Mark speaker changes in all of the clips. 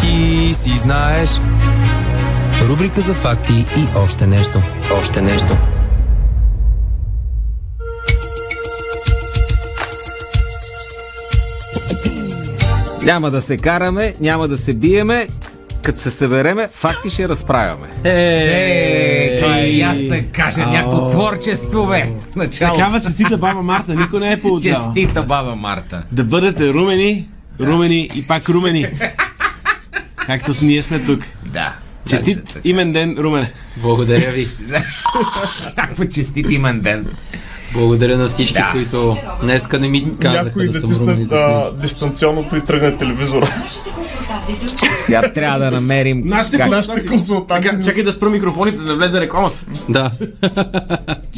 Speaker 1: си знаеш. Рубрика за факти и още нещо. Още нещо.
Speaker 2: Няма да се караме, няма да се биеме. Като се събереме, факти ще разправяме.
Speaker 3: Е,
Speaker 2: това е ясно, кажа, някакво творчество, бе. В Началото.
Speaker 3: Такава честита баба Марта никой не е получавал.
Speaker 2: Честита баба Марта.
Speaker 3: Да бъдете румени, румени и пак румени. Както с ние сме тук.
Speaker 2: Да.
Speaker 3: Честит имен ден, Румене.
Speaker 4: Благодаря ви.
Speaker 2: Значи, Чаква честит имен ден.
Speaker 4: Благодаря на всички,
Speaker 2: Да.
Speaker 4: които днеска не ми казаха
Speaker 5: Някои
Speaker 4: да
Speaker 5: да
Speaker 4: съм румени
Speaker 5: тиснат
Speaker 4: за
Speaker 5: а, дистанционно при тръгне телевизора.
Speaker 2: Сега трябва да намерим как...
Speaker 5: Нашите консултанти.
Speaker 3: Чакай да спра микрофоните, да влезе рекламата.
Speaker 4: Да,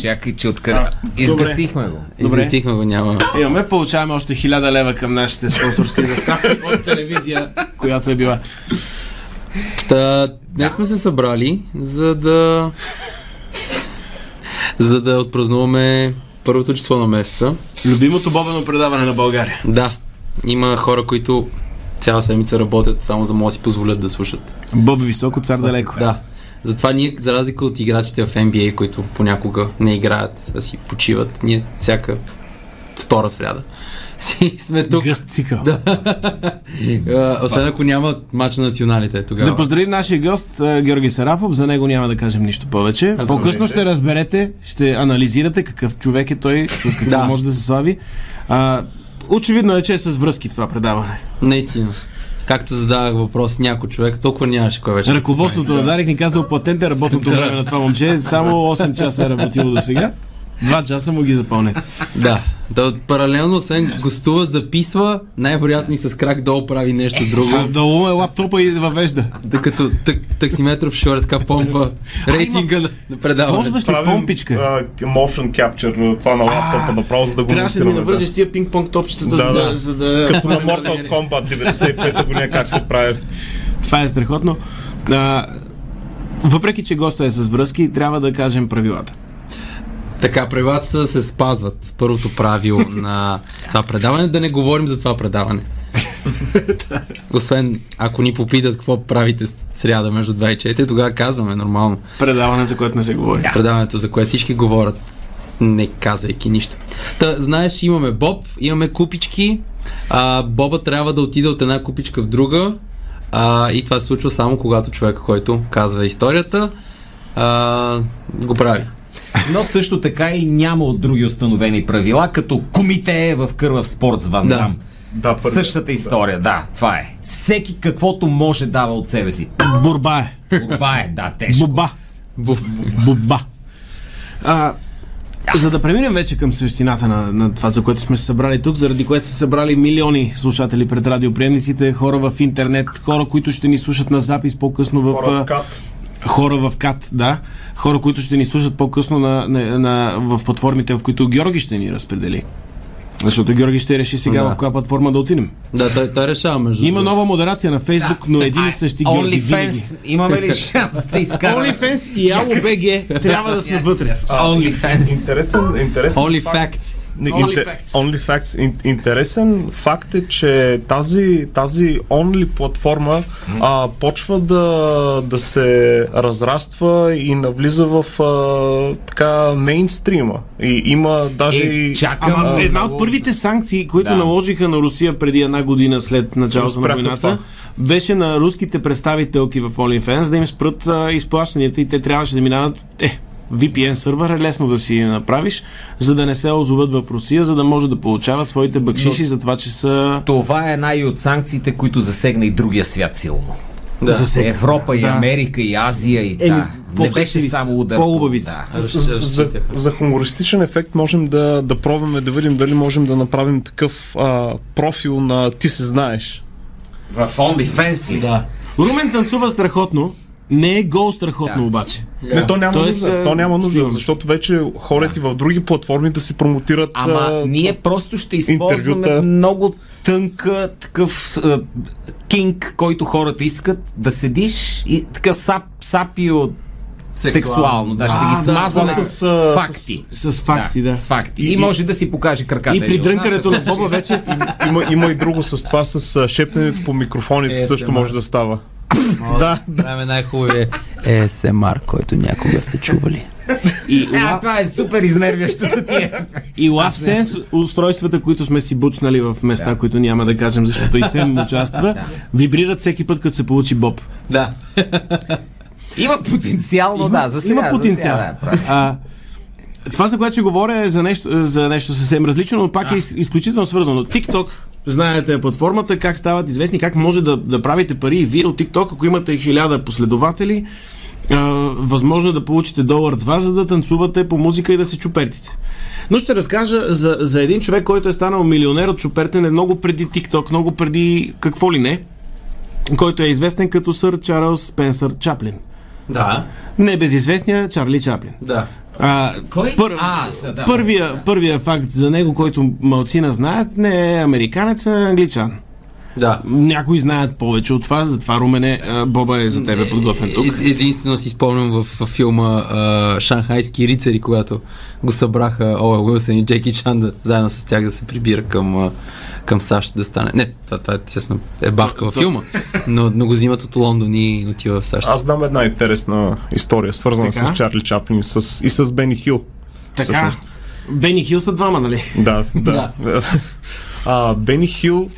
Speaker 2: Чакай, че откъде... Изгасихме го.
Speaker 3: Добре.
Speaker 4: изразихме го, няма.
Speaker 3: Имаме, получаваме още 1000 лева към нашите спонсорски заставки от телевизия, която е била.
Speaker 4: Та, днес сме се събрали, за да... за да отпразнуваме първото число на месеца.
Speaker 3: Любимото бобено предаване на България.
Speaker 4: Да, има хора, които цяла седмица работят, само за да могат да си позволят да слушат.
Speaker 3: Боб високо, цар далеко.
Speaker 4: Да. Затова ние, за разлика от играчите в NBA, които понякога не играят, а си почиват, ние всяка втора сряда си сме тук.
Speaker 3: Гъст цикъл. Да.
Speaker 4: А, Освен ако няма матч на националите тогава.
Speaker 3: Да поздравим нашия гост а, Георги Сарафов. За него няма да кажем нищо повече.
Speaker 4: Аз
Speaker 3: По-късно ще разберете, ще анализирате какъв човек е той, с какво
Speaker 4: Да.
Speaker 3: може да се слави. А, очевидно е, че е с връзки в това предаване.
Speaker 4: Наистина. Както задавах въпрос някой човек, толкова нямаше кой вече.
Speaker 3: Ръководството на Дарик ни каза, оплатете работното време на това момче. Само 8 часа е работило до сега. Два часа му ги запълнете.
Speaker 4: Да. Да, паралелно, освен гостува, записва, най-вероятно и с крак долу прави нещо друго.
Speaker 3: Долу е лаптопа и въвежда.
Speaker 4: Докато тък- таксиметров шофьор така помпа рейтинга на, на предаването.
Speaker 3: Ползваш ли помпичка?
Speaker 5: а, motion capture а, това на лаптопа направо, за да го
Speaker 3: Трябваше да ми
Speaker 5: монтираме,
Speaker 3: навържеш тия пинг-понг топчетата,
Speaker 5: Да,
Speaker 3: за да...
Speaker 5: да.
Speaker 3: За да...
Speaker 5: Като на Mortal Kombat 95-та година как се прави.
Speaker 3: Това е страхотно. А, въпреки, че госта е с връзки, трябва да кажем правилата.
Speaker 4: Така, правилата са да се спазват. Първото правило на това предаване, да не говорим за това предаване. Освен ако ни попитат какво правите с- сряда между 2 и 4, тогава казваме нормално.
Speaker 3: Предаване, за което не се говори. Да.
Speaker 4: предаването, за което всички говорят, не казвайки нищо. Та, знаеш, имаме Боб, имаме купички, а, Боба трябва да отиде от една купичка в друга а, и това се случва само когато човек, който казва историята, а, го прави.
Speaker 2: Но също така и няма от други установени правила, като комите е в кървав спорт с Ван
Speaker 4: Да.
Speaker 2: Дам.
Speaker 5: Да, първи.
Speaker 2: Същата история, да, това е. Всеки каквото може дава от себе си.
Speaker 3: Борба е.
Speaker 2: Това е, да, тежко.
Speaker 3: Боба. Боба. А, за да преминем вече към същината на, на това, за което сме се събрали тук, заради което са събрали милиони слушатели пред радиоприемниците, хора в интернет, хора, които ще ни слушат на запис по-късно в...
Speaker 5: Хора в
Speaker 3: а,
Speaker 5: кат.
Speaker 3: хора в КАТ, да. Хора, които ще ни слушат по-късно на, на, на, в платформите, в които Георги ще ни разпредели. Защото Георги ще реши сега
Speaker 4: Да.
Speaker 3: в коя платформа да отидем.
Speaker 4: Да, той, той решава между
Speaker 3: Има
Speaker 4: другото.
Speaker 3: нова модерация на Фейсбук, но един и същи Георги винаги.
Speaker 2: Е, OnlyFans, имаме ли шанс да изкараме?
Speaker 3: OnlyFans и AloBG трябва да сме вътре.
Speaker 2: OnlyFans.
Speaker 5: Интересен, интересен
Speaker 4: Only
Speaker 5: факт.
Speaker 4: facts.
Speaker 5: Не,
Speaker 2: Only
Speaker 5: инте-
Speaker 2: facts.
Speaker 5: Only facts. Ин- Интересен факт е, че тази, тази Only платформа а, почва да, да се разраства и навлиза в а, така мейнстрима. И има даже
Speaker 2: Е,
Speaker 5: и...
Speaker 2: чакам.
Speaker 3: Ама
Speaker 2: а,
Speaker 3: една от първите санкции, които
Speaker 2: Да.
Speaker 3: наложиха на Русия преди една година след началото на
Speaker 5: Спряха
Speaker 3: войната,
Speaker 5: това.
Speaker 3: беше на руските представителки в OnlyFans да им спрат а, изплащанията и те трябваше да минават е, VPN сървър е лесно да си направиш, за да не се озоват в Русия, за да може да получават своите бакшиши за това, че са
Speaker 2: Това е една и от санкциите, които засегна и другия свят силно.
Speaker 4: Да.
Speaker 3: засегнати.
Speaker 2: Европа и
Speaker 3: Да.
Speaker 2: Америка и Азия и
Speaker 3: Еми,
Speaker 2: да. Не
Speaker 3: по-късни
Speaker 2: беше
Speaker 3: са,
Speaker 2: само удар.
Speaker 3: по-убави са.
Speaker 2: Да.
Speaker 5: За, за, за хумористичен ефект можем да, да пробваме да видим дали можем да направим такъв а, профил на ти се знаеш.
Speaker 2: В OnlyFans ли? Да.
Speaker 3: Румен танцува страхотно, не е гол страхотно обаче.
Speaker 5: Не, то няма
Speaker 3: Тоест,
Speaker 5: нужда,
Speaker 3: а,
Speaker 5: то няма
Speaker 3: ще
Speaker 5: нужда
Speaker 3: имаме.
Speaker 5: защото вече хората и в други платформи да си промотират
Speaker 2: Ама ние просто ще използваме
Speaker 5: интервюта.
Speaker 2: много тънка такъв е, кинг, който хората искат да седиш и така сап, сапи от сексуално. Да, ще
Speaker 3: А,
Speaker 2: ги
Speaker 3: да,
Speaker 2: смазваме
Speaker 5: това
Speaker 2: с
Speaker 5: с, а,
Speaker 2: факти.
Speaker 3: С факти, да.
Speaker 2: С факти. И,
Speaker 5: И-
Speaker 2: може да си покаже краката.
Speaker 3: И
Speaker 2: един
Speaker 3: при
Speaker 2: от
Speaker 3: дрънкането
Speaker 2: нас,
Speaker 3: на Боба вече
Speaker 5: Има, има и друго с това, с а, шепненето по микрофоните
Speaker 4: Е,
Speaker 5: също
Speaker 4: тема.
Speaker 5: може да става. Да,
Speaker 4: Правим най-хубавия ASMR, който някога сте чували.
Speaker 3: И,
Speaker 2: А, това е супер изнервящо за тия.
Speaker 3: и лав сенс устройствата, които сме си бучнали в места, които няма да кажем, защото и Сем участва, вибрират всеки път, като се получи боб.
Speaker 4: Да.
Speaker 2: Има потенциал, но да, за сега.
Speaker 3: Има
Speaker 2: за
Speaker 3: потенциал.
Speaker 2: сега, да, просто.
Speaker 3: а, това, за което ще говоря, е за нещо, за нещо съвсем различно, но пак е из- изключително свързано. TikTok, знаете е платформата, как стават известни, как може да, да правите пари и вие от TikTok, ако имате хиляда последователи, а, възможно е да получите долар-два, за да танцувате по музика и да се чупертите. Но ще разкажа за, за един човек, който е станал милионер от чупертене много преди TikTok, много преди какво ли не, който е известен като сър Чарлз Спенсър Чаплин.
Speaker 4: Да.
Speaker 3: Небезизвестният Чарли Чаплин.
Speaker 4: Да.
Speaker 3: А,
Speaker 2: Кой?
Speaker 3: Пър...
Speaker 2: А, са, да.
Speaker 3: първия, първия факт за него, който малцина знаят, не е американец, а англичан.
Speaker 4: Да.
Speaker 3: Някои знаят повече от това, затова Румене, а, Боба е за тебе подготвен тук.
Speaker 4: Е- Единствено си спомням в, в филма а, Шанхайски рицари, когато го събраха Оуел Уилсън и Джеки Чан да, заедно с тях да се прибира към, а, към САЩ да стане. Не, това, това естествено е бавка във филма, но, но го взимат от Лондон и отива в САЩ.
Speaker 5: аз знам една интересна история, свързана
Speaker 3: Така.
Speaker 5: с Чарли Чаплин и с, и с Бени Хил.
Speaker 3: Така.
Speaker 5: всъщност.
Speaker 3: Бени Хил са двама, нали?
Speaker 5: Да, да. а, Бени Хил,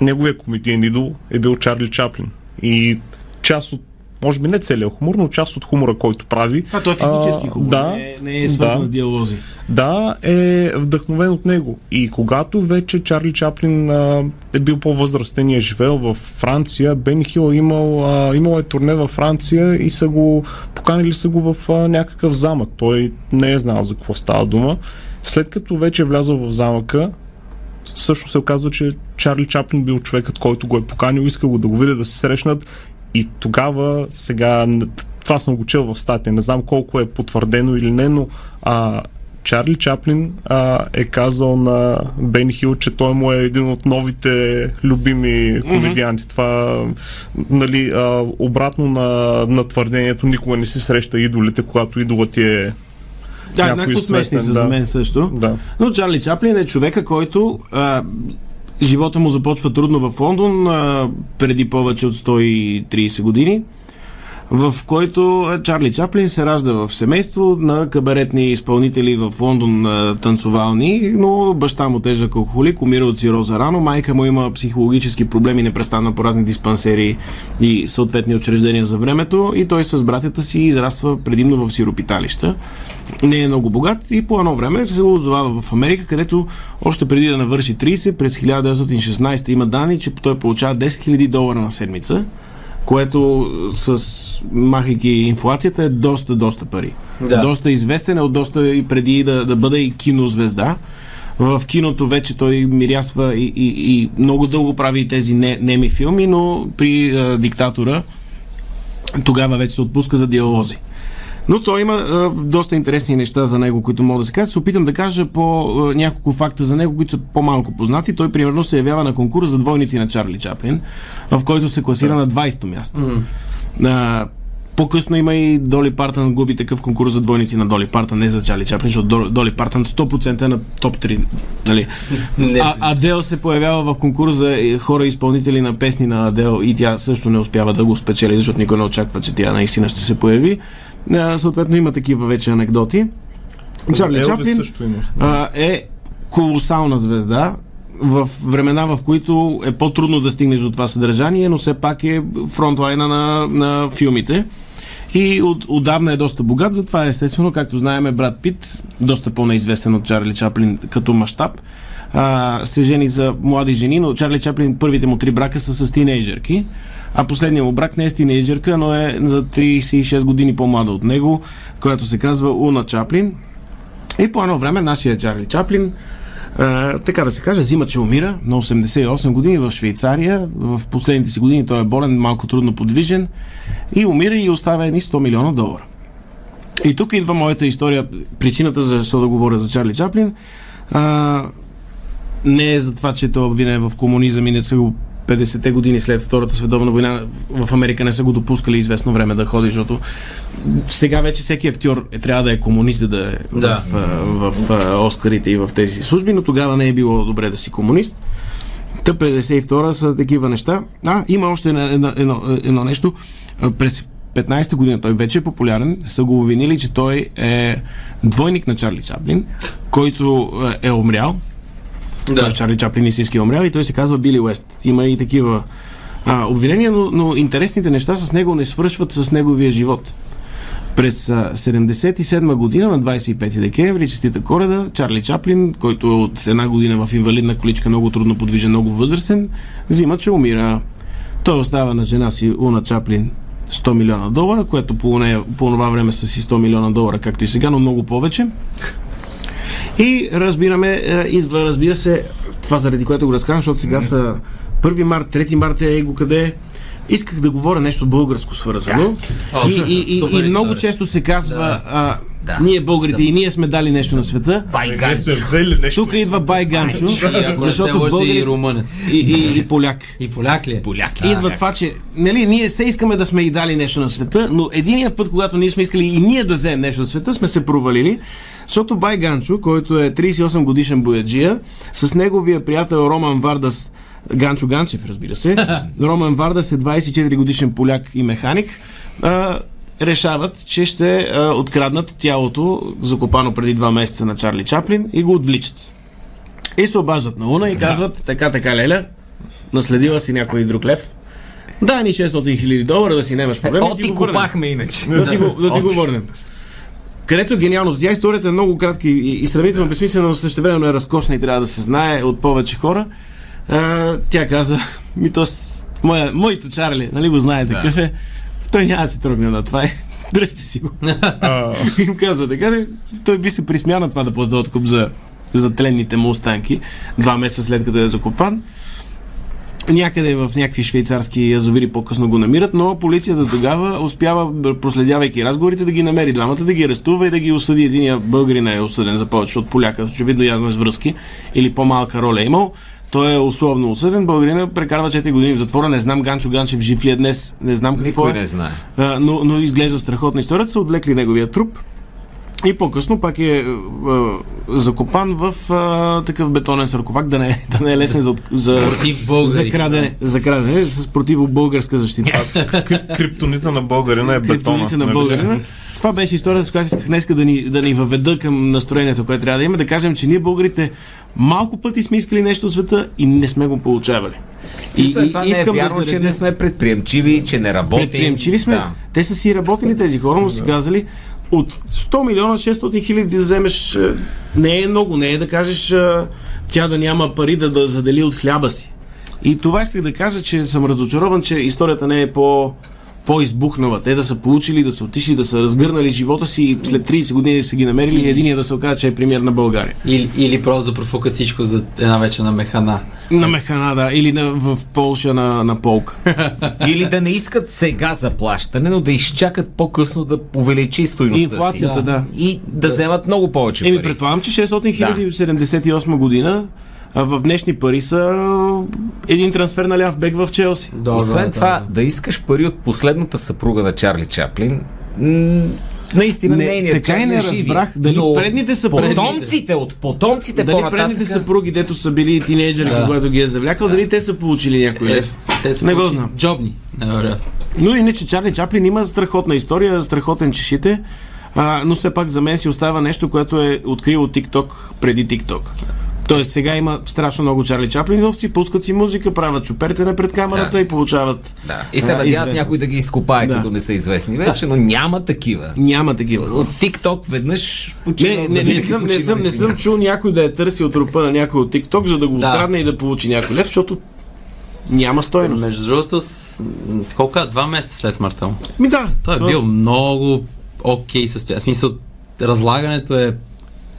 Speaker 5: неговия комедиен идол е бил Чарли Чаплин. И част от, може би не целият хумор, но част от хумора, който прави.
Speaker 3: Това той е физически хубаво.
Speaker 5: да,
Speaker 3: не, е- не е свързан
Speaker 5: да.
Speaker 3: с диалози.
Speaker 5: Да, е вдъхновен от него. И когато вече Чарли Чаплин а, е бил по-възрастен и е живеел в Франция, Бен Хил е имал, а, имал е турне във Франция и са го поканили са го в а, някакъв замък. Той не е знал за какво става дума. След като вече е влязъл в замъка, също се оказва, че Чарли Чаплин бил човекът, който го е поканил, искал го да го видя да се срещнат и тогава сега н- това съм го чел в статия, не знам колко е потвърдено или не, но а, Чарли Чаплин а, е казал на Бен Хил, че той му е един от новите любими комедианти. Mm-hmm. Това, нали, а, обратно на, на твърдението, никога не си среща идолите, когато идолът ти е...
Speaker 3: Да,
Speaker 5: някой
Speaker 3: еднакво смешни са
Speaker 5: известен,
Speaker 3: за
Speaker 5: да.
Speaker 3: мен също.
Speaker 5: Да.
Speaker 3: Но Чарли Чаплин е човека, който а, живота му започва трудно в Лондон а, преди повече от 130 години, в който а, Чарли Чаплин се ражда в семейство на кабаретни изпълнители в Лондон а, танцовални, но баща му тежък алкохолик, умира от сироза рано, майка му има психологически проблеми, непрестанна по разни диспансери и съответни учреждения за времето и той с братята си израства предимно в сиропиталища не е много богат и по едно време се озовава в Америка, където още преди да навърши 30, през 1916 има данни, че той получава 10 000 долара на седмица, което е, с махайки инфлацията е доста, доста пари.
Speaker 4: Да.
Speaker 3: Доста известен е от доста и преди да, да бъде и кинозвезда. В киното вече той мирясва и, и, и много дълго прави и тези не, неми филми, но при а, диктатора тогава вече се отпуска за диалози. Но той има а, доста интересни неща за него, които могат да се кажат. Ще Се опитам да кажа по а, няколко факта за него, които са по-малко познати. Той примерно се явява на конкурс за двойници на Чарли Чаплин, в който се класира на 20-то място. А, по-късно има и Доли Партън губи такъв конкурс за двойници на Доли Партън, не за Чарли Чаплин, защото Дол- Доли Партън 100% е на топ 3. Нали?
Speaker 4: Не.
Speaker 3: а, Адел се появява в конкурс за е, хора изпълнители на песни на Адел и тя също не успява да го спечели, защото никой не очаква, че тя наистина ще се появи. А, Е, съответно има такива вече анекдоти. Чарли
Speaker 5: Елвис
Speaker 3: Чаплин
Speaker 5: също има.
Speaker 3: а, е колосална звезда в времена, в които е по-трудно да стигнеш до това съдържание, но все пак е фронтлайна на, на филмите. И от, отдавна е доста богат, затова естествено, както знаем, е брат Пит, доста по-неизвестен от Чарли Чаплин като мащаб, а, се жени за млади жени, но Чарли Чаплин първите му три брака са с тинейджърки, а последният му брак не е с тинейджърка, но е за 36 години по-млада от него, която се казва Уна Чаплин. И по едно време нашия Чарли Чаплин, а, така да се каже, взима, че умира на 88 години в Швейцария. В последните си години той е болен, малко трудно подвижен и умира и оставя едни 100 милиона долара. И тук идва моята история, причината защо да говоря за Чарли Чаплин. А, не е за това, че той е обвинен в комунизъм и не са го 50-те години след Втората световна война в Америка не са го допускали известно време да ходи, защото сега вече всеки актьор е, трябва да е комунист, за да е
Speaker 4: Да.
Speaker 3: в, а, в, в Оскарите и в тези служби, но тогава не е било добре да си комунист. Та 52-а са такива неща. А, има още едно, едно, едно, едно нещо. А, През 15-та година той вече е популярен. Са го обвинили, че той е двойник на Чарли Чаплин, който е е умрял. Да. Тоест Чарли Чаплин истински е умрял и той се казва Били Уест. Има и такива а, обвинения, но, но интересните неща с него не свършват с неговия живот. През а, 77 година, на 25 декември, честита коледа, Чарли Чаплин, който е от една година в инвалидна количка, много трудно подвижен, много възрастен, взима, че умира. Той остава на жена си Уна Чаплин 100 милиона долара, което по, нея, по това време са си 100 милиона долара, както и сега, но много повече. И разбираме, е, идва, разбира се, това заради което го разказвам, защото сега са 1 март, 3 март е го къде. е. Исках да говоря нещо българско свързано. И, и, и, и
Speaker 4: супер
Speaker 3: много
Speaker 4: история.
Speaker 3: често се казва, а,
Speaker 2: Да.
Speaker 3: ние българите и ние сме дали нещо на света.
Speaker 5: Ние
Speaker 2: Байганчо.
Speaker 5: сме взели нещо.
Speaker 3: Тук идва Байганчо,
Speaker 4: И ако не се
Speaker 3: защото
Speaker 4: лъжи и
Speaker 3: българите
Speaker 4: румънец.
Speaker 3: и, и, и поляк.
Speaker 4: И поляк ли е?
Speaker 2: Поляки.
Speaker 3: Идва това, че нали, ние се искаме да сме и дали нещо на света, но единия път, когато ние сме искали и ние да вземем нещо от света, сме се провалили, защото Бай Ганчо, който е 38 годишен бояджия, с неговия приятел Роман Вардас, Ганчо Ганчев, разбира се, Роман Вардас е 24 годишен поляк и механик, а, решават, че ще а, откраднат тялото, закопано преди два месеца на Чарли Чаплин и го отвличат. И се обаждат на Луна и казват, така, така, Леля, наследила си някой друг лев. Дай ни 600 хиляди долара да си немаш проблем.
Speaker 2: О, ти купахме иначе.
Speaker 3: Да ти го, да ти го върнем. Където е гениално. Тя историята е много кратка и, и сравнително безсмислена, но същевременно е разкошна и трябва да се знае от повече хора. А, тя каза, ми то с- моя, моето Чарли, нали го знаете, да. е, той няма да се тръгне на това. е. Дръжте си го.
Speaker 5: А,
Speaker 3: Им казва така, не, той би се присмя на това да плати откуп за, за тленните му останки, два месеца след като е закопан. Някъде в някакви швейцарски язовири по-късно го намират, но полицията тогава успява, б- проследявайки разговорите, да ги намери двамата, да ги арестува и да ги осъди. Единия българин е осъден за повече от поляка, очевидно явно е с връзки или по-малка роля е имал. Той е условно осъден. Българина прекарва 4 години в затвора. Не знам Ганчо Ганчев жив ли е днес. Не знам какво
Speaker 2: Никой
Speaker 3: е.
Speaker 2: не знае.
Speaker 3: А, но, но изглежда страхотна историята. Са отвлекли неговия труп. И по-късно пак е, е закопан в е, такъв бетонен саркофаг, да не, да не е лесен за, от- за,
Speaker 4: Против българи.
Speaker 3: за, крадене, за крадене с противобългарска защита.
Speaker 5: крип- криптонита на българина е бетона.
Speaker 3: Криптоните на
Speaker 5: нали?
Speaker 3: българина. Това беше историята, с която исках днес да ни, да ни въведа към настроението, което трябва да има. Да кажем, че ние българите малко пъти сме искали нещо от света и не сме го получавали.
Speaker 2: И, и, това не е вярно, че
Speaker 3: заредя-
Speaker 2: не сме предприемчиви, че не работим.
Speaker 3: Предприемчиви сме.
Speaker 2: Да.
Speaker 3: Те са си работили тези хора, но си казали от 100 милиона 600 хиляди да вземеш е, не е много, не е да кажеш е, тя да няма пари да, да задели от хляба си. И това исках да кажа, че съм разочарован, че историята не е по по-избухнала. Те да са получили, да са отишли, да са разгърнали живота си и след 30 години са ги намерили и единия да се окаже, че е премьер на България.
Speaker 4: Или, или просто да профука всичко за една вечер на механа.
Speaker 3: На Механада или на, в Полша на, на Полка.
Speaker 2: Или да не искат сега заплащане, но да изчакат по-късно да увеличи стойността
Speaker 3: Инфлацията,
Speaker 2: си.
Speaker 3: да.
Speaker 2: И да вземат много повече
Speaker 3: Еми,
Speaker 2: пари.
Speaker 3: предполагам, че 600 хиляди в 78 година а, в днешни пари са а, един трансфер на ляв бек в Челси.
Speaker 4: Да,
Speaker 2: Освен
Speaker 4: да,
Speaker 2: това,
Speaker 4: да.
Speaker 2: да. искаш пари от последната съпруга на Чарли Чаплин, м, наистина
Speaker 3: Не,
Speaker 2: нейният
Speaker 3: така
Speaker 2: Чарли
Speaker 3: и не
Speaker 2: живи,
Speaker 3: разбрах дали
Speaker 2: но
Speaker 3: предните са предните.
Speaker 2: потомците от потомците
Speaker 3: Дали
Speaker 2: по-нататък.
Speaker 3: предните съпруги, дето са били тинейджери, да. когато ги е завлякал, дали те са получили някой
Speaker 4: Е,
Speaker 3: лев?
Speaker 4: те са
Speaker 3: Не го
Speaker 4: получи-
Speaker 3: знам.
Speaker 4: Джобни, невероятно.
Speaker 3: Но иначе Чарли Чаплин има страхотна история, страхотен чешите, а, но все пак за мен си остава нещо, което е открило TikTok преди TikTok. Тоест сега има страшно много Чарли Чаплиновци, пускат си музика, правят чуперте на пред камерата
Speaker 2: Да.
Speaker 3: и получават...
Speaker 2: Да. И се
Speaker 3: а,
Speaker 2: надяват
Speaker 3: известност.
Speaker 2: някой да ги изкопае,
Speaker 3: Да.
Speaker 2: като не са известни вече, но няма такива.
Speaker 3: Няма такива.
Speaker 2: От TikTok веднъж починал
Speaker 3: Не, не,
Speaker 2: завинаги
Speaker 3: не, съм, не,
Speaker 2: починал,
Speaker 3: съм, не съм
Speaker 2: извинявам се.
Speaker 3: чул някой да е търсил трупа на някой от TikTok, за да го
Speaker 4: Да.
Speaker 3: открадне и да получи някой лев, защото няма стойност.
Speaker 4: Между другото, с... колко е? Два месеца след смъртта му.
Speaker 3: Ми да.
Speaker 4: Той е
Speaker 3: то-
Speaker 4: бил много окей okay състояние. В смисъл, разлагането е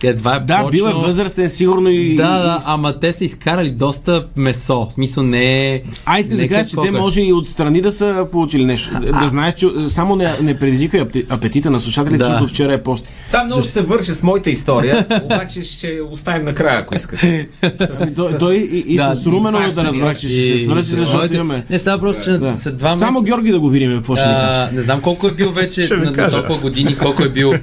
Speaker 4: едва е
Speaker 3: Да, бил е
Speaker 4: почнало.
Speaker 3: възрастен, сигурно и...
Speaker 4: Да,
Speaker 3: и-
Speaker 4: да, ама те са изкарали доста месо. В смисъл не е...
Speaker 3: А искаш
Speaker 4: не
Speaker 3: да
Speaker 4: е
Speaker 3: кажа, че
Speaker 4: каквото
Speaker 3: те
Speaker 4: е.
Speaker 3: може и отстрани да са получили нещо. Да, да знаеш, че е, само не, не предизвикай апти- апетита на слушателите,
Speaker 4: Да.
Speaker 3: защото вчера е пост.
Speaker 2: Там много ще се върши с моята история, обаче ще оставим накрая, ако искате. С-
Speaker 3: Ами Той,
Speaker 2: с-
Speaker 3: той и, и
Speaker 4: да,
Speaker 3: с Руменова да
Speaker 2: изпащане.
Speaker 3: разбрах, че ще се свържи, защото
Speaker 4: Моите-
Speaker 3: имаме...
Speaker 4: Не става просто, че
Speaker 3: Да.
Speaker 4: след два
Speaker 3: Само
Speaker 4: месеца...
Speaker 3: Георги да го видим, какво ще ни каже.
Speaker 4: А, не знам колко е бил вече
Speaker 5: Ще ви
Speaker 4: на, на
Speaker 5: кажа
Speaker 4: толкова
Speaker 5: аз.
Speaker 4: години, колко е бил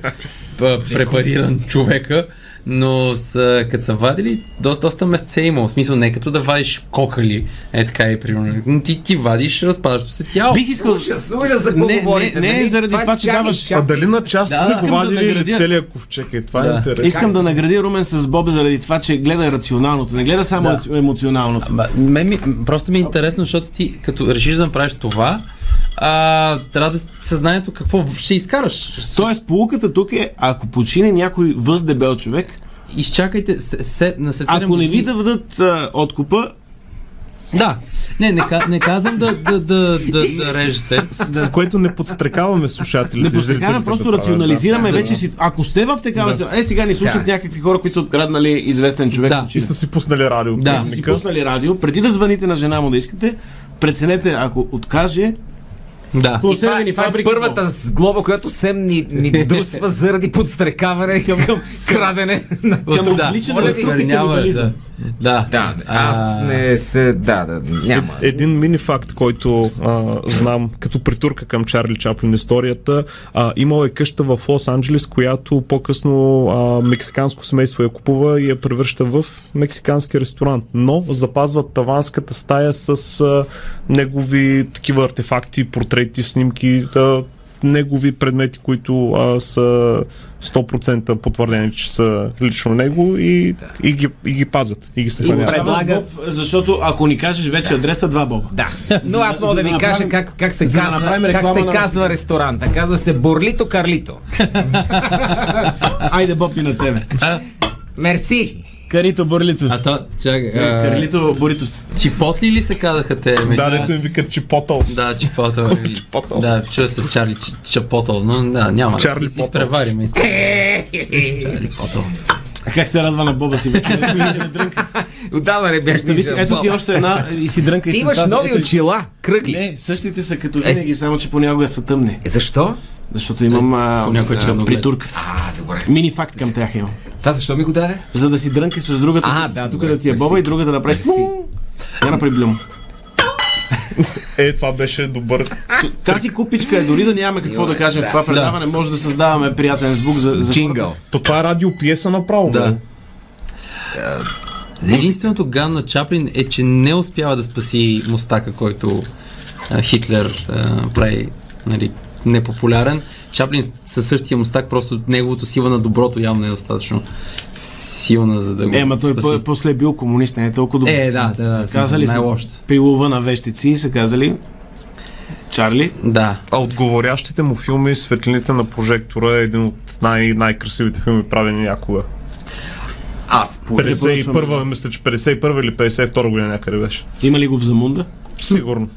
Speaker 4: а, препариран човека, но са, като са вадили, доста, доста месеца е имало. В смисъл, не като да вадиш кокали, е така и примерно. Но Ти, ти вадиш разпадащо се тяло.
Speaker 3: Бих искал...
Speaker 2: Ужас, ужас, за какво
Speaker 3: Не, не,
Speaker 2: говорите,
Speaker 3: не е
Speaker 2: нали?
Speaker 3: заради това, че
Speaker 2: чакай,
Speaker 3: даваш-
Speaker 5: А
Speaker 2: чакай.
Speaker 5: дали на част
Speaker 4: Да,
Speaker 5: да, са
Speaker 4: искам
Speaker 5: го
Speaker 4: да
Speaker 5: вадили или
Speaker 4: наградя.
Speaker 5: целият ковчег? Е, това
Speaker 4: Да.
Speaker 5: е интересно.
Speaker 3: Искам да наградя Румен с Боб заради това, че гледа рационалното, не гледа само да. емоционалното.
Speaker 4: Ма, Мен ми, м, просто ми е интересно, защото ти като решиш да направиш това, а, трябва да с- съзнанието какво ще изкараш.
Speaker 3: Тоест, полуката тук е, ако почине някой въздебел човек,
Speaker 4: Изчакайте се, се, на след седем
Speaker 3: ако не
Speaker 4: години-
Speaker 3: ви дадат а, откупа,
Speaker 4: Да, не, не, ка- не казвам да, да, да, да, да режете.
Speaker 5: С което не подстрекаваме слушателите.
Speaker 3: не подстрекаваме,
Speaker 5: зрителите
Speaker 3: просто
Speaker 5: е, да правят, да.
Speaker 3: рационализираме вече си. Ако сте в такава
Speaker 4: Да.
Speaker 3: да. е сега ни слушат
Speaker 4: Да.
Speaker 3: някакви хора, които са откраднали известен човек.
Speaker 4: Да.
Speaker 5: И
Speaker 3: починал.
Speaker 5: са си пуснали радио.
Speaker 4: Да.
Speaker 5: Да.
Speaker 3: Ако си пуснали радио, преди да звъните на жена му да искате, преценете, ако откаже,
Speaker 4: Да.
Speaker 2: И това,
Speaker 3: консервени
Speaker 2: е- това е
Speaker 3: фабрики.
Speaker 2: първата сглоба, която Сем ни, ни друсва заради подстрекаване към, към крадене. на-
Speaker 3: Към
Speaker 4: От- да.
Speaker 3: отвличане
Speaker 4: Моля
Speaker 2: на
Speaker 4: ви се,
Speaker 3: сексуален
Speaker 4: няма,
Speaker 3: канибализъм.
Speaker 4: Да.
Speaker 2: Да,
Speaker 4: А,
Speaker 2: аз не се... Да, да, няма.
Speaker 5: Е, Един мини факт, който а, знам като притурка към Чарли Чаплин историята. А, имал е къща в Лос Анджелес, която по-късно а, мексиканско семейство я купува и я превръща в мексикански ресторант. Но запазват таванската стая с а, негови такива артефакти, портрети, снимки, а, негови предмети, които а, са 100% потвърдени, че са лично него и, да. и, ги, и ги пазят. И ги съхраняват.
Speaker 2: пред- Предлага-
Speaker 3: Боб, защото ако ни кажеш вече адреса, два боба.
Speaker 2: Да. Но аз мога да
Speaker 3: за
Speaker 2: ви
Speaker 3: да
Speaker 2: кажа
Speaker 3: направим-
Speaker 2: как, как се
Speaker 3: за да
Speaker 2: казва,
Speaker 3: направим
Speaker 2: как
Speaker 3: реклама
Speaker 2: се
Speaker 3: на-
Speaker 2: казва ресторанта. Казва се Борлито Карлито.
Speaker 3: Айде, Боб, и на тебе.
Speaker 2: Мерси!
Speaker 3: Карито Бърлито.
Speaker 4: а то, чакай,
Speaker 5: Е,
Speaker 4: а,
Speaker 3: Карлито Боритус.
Speaker 4: чипотли ли се казаха те?
Speaker 5: Да, дето им викат чипотъл.
Speaker 4: Да, чипотъл.
Speaker 5: Чипотъл.
Speaker 4: Да, чуя се с Чарли Ч- Чапотъл, но да, няма.
Speaker 5: Чарли
Speaker 4: Из-
Speaker 5: Потъл.
Speaker 4: Изпревариме. изпревариме. Чарли Потъл.
Speaker 3: Как се радва на Боба си вече? Никой не дрънка.
Speaker 2: Отдавна не бях
Speaker 3: Виж,
Speaker 2: виждал.
Speaker 3: Ето ти
Speaker 2: Баба.
Speaker 3: още една и си дрънка и
Speaker 2: Ти
Speaker 3: с
Speaker 2: имаш
Speaker 3: тази.
Speaker 2: нови
Speaker 3: Ето и-
Speaker 2: очила, кръгли.
Speaker 3: Не, Е, същите са като винаги, само че понякога са тъмни.
Speaker 2: Е, Защо?
Speaker 3: Защото имам а,
Speaker 4: понякога
Speaker 3: а,
Speaker 4: черноглед.
Speaker 3: притурка.
Speaker 2: А, добре.
Speaker 3: Мини факт към тях имам.
Speaker 2: Това защо ми го даде?
Speaker 3: За да си дрънка с другата.
Speaker 2: А,
Speaker 3: тук-
Speaker 2: да,
Speaker 3: тук
Speaker 2: добре.
Speaker 3: да ти е боба
Speaker 2: Мерси.
Speaker 3: и другата да направиш.
Speaker 2: Мерси.
Speaker 3: «Мм». Я направи блюм.
Speaker 5: Е, това беше добър.
Speaker 3: Тази купичка е дори да нямаме какво да кажем в това предаване, може да създаваме приятен звук за, за
Speaker 2: Джингъл.
Speaker 5: То това е радиопиеса направо. нали?
Speaker 4: Да.
Speaker 2: Нали?
Speaker 4: Е,
Speaker 5: бе.
Speaker 4: Единственото гадно на Чаплин е, че не успява да спаси мустака, който а, Хитлер а, прави нали, непопулярен. Чаплин с- със същия мустак, просто неговото сила на доброто явно не е достатъчно силна, за да го
Speaker 3: Е, ма той
Speaker 4: спаси.
Speaker 3: по- после е бил комунист, не е толкова добър.
Speaker 4: Е, да, да, да.
Speaker 3: казали са
Speaker 4: най-лошото.
Speaker 3: пилува на вещици и са казали Чарли,
Speaker 4: Да.
Speaker 5: А от говорящите му филми Светлините на прожектора е един от най- най-красивите филми, правени някога.
Speaker 2: Аз по...
Speaker 5: 51-а, мисля, че 51-а или 52-а година някъде беше.
Speaker 3: има ли го в Замунда? Е,
Speaker 5: Сигурно.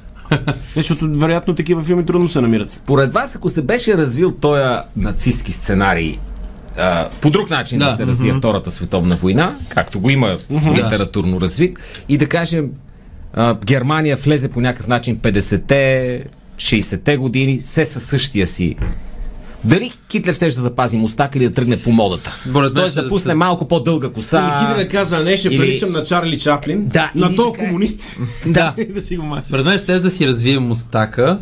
Speaker 3: Защото вероятно такива филми трудно се намират.
Speaker 2: Поред вас, ако се беше развил този нацистски сценарий, а, по друг начин да,
Speaker 4: Да.
Speaker 2: се развие Втората световна война, както го има литературно развит, и да кажем, а, Германия влезе по някакъв начин 50-те, 60-те години, се със същия си. Дали Хитлер ще да запази мустак или да тръгне по модата?
Speaker 4: Според мен
Speaker 2: Тоест
Speaker 4: ще
Speaker 2: да
Speaker 4: да-
Speaker 2: пусне малко по-дълга коса.
Speaker 3: Или Хитлер каза, не, ще
Speaker 2: или-
Speaker 3: приличам на Чарли Чаплин,
Speaker 2: Да,
Speaker 3: на
Speaker 2: или
Speaker 3: то
Speaker 2: така е.
Speaker 3: комунист.
Speaker 4: Да.
Speaker 3: да си го маса.
Speaker 4: Според мен ще да си развие мустака.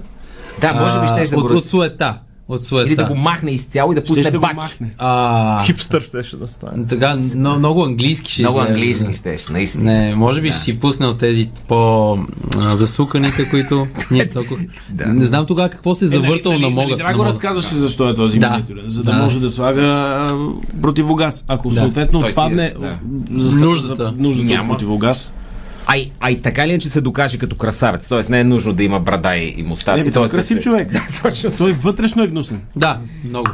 Speaker 2: Да, може би
Speaker 4: а,
Speaker 2: ще да го
Speaker 4: от, от
Speaker 2: раз...
Speaker 4: суета. От суета.
Speaker 2: Или да го махне изцяло и да пусне
Speaker 3: Ще го
Speaker 2: бак.
Speaker 3: махне.
Speaker 4: А,
Speaker 5: Хипстър щеше да стане.
Speaker 4: Така, но, много английски ще
Speaker 2: Много
Speaker 4: излезе.
Speaker 2: английски щеш, наистина.
Speaker 4: Не, може би ще си пуснал тези по-засуканите, които ние толкова... Не знам тогава какво се е завъртал на мога.
Speaker 3: нали, Трябва го Ами разказваше защо е този
Speaker 4: Да.
Speaker 3: миниатюрен, за да,
Speaker 4: Да.
Speaker 3: може да слага а, противогаз. Ако съответно
Speaker 2: Той си е,
Speaker 3: отпадне
Speaker 2: да.
Speaker 3: за,
Speaker 4: Нуждата.
Speaker 3: за нуждата от
Speaker 2: Няма.
Speaker 3: противогаз.
Speaker 2: А и, а и така ли е, че се докаже като красавец? Тоест не е нужно да има брада и, и
Speaker 3: Не,
Speaker 2: мустаци.
Speaker 3: бе, той е
Speaker 2: тоест да
Speaker 3: красив
Speaker 2: се-
Speaker 3: човек. Той вътрешно е гнусен.
Speaker 4: Да, много.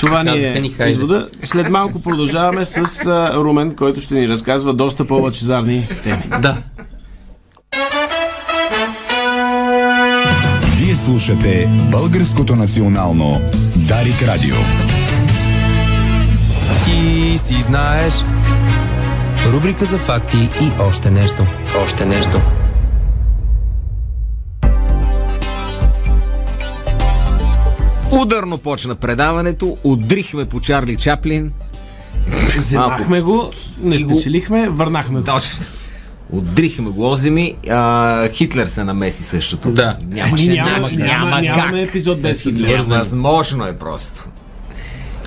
Speaker 3: Това ни
Speaker 4: Казаха ни
Speaker 3: е
Speaker 4: хайде.
Speaker 3: извода. След малко продължаваме с а, Румен, който ще ни разказва доста по-лъчезарни теми.
Speaker 4: Да.
Speaker 6: Вие слушате Българското национално Дарик Радио.
Speaker 1: Ти си знаеш. Рубрика за факти и още нещо. Още нещо.
Speaker 2: Ударно почна предаването, удрихме по Чарли Чаплин.
Speaker 3: Вземахме го, не
Speaker 2: И го-
Speaker 3: спечелихме, върнахме го.
Speaker 2: Точно. Удрихме го Озими. А, Хитлер се намеси същото.
Speaker 4: Да.
Speaker 2: Нямаше, няма, няма, няма,
Speaker 3: Ами, нямаме
Speaker 2: как.
Speaker 3: епизод без Хитлер.
Speaker 2: Невъзможно е просто.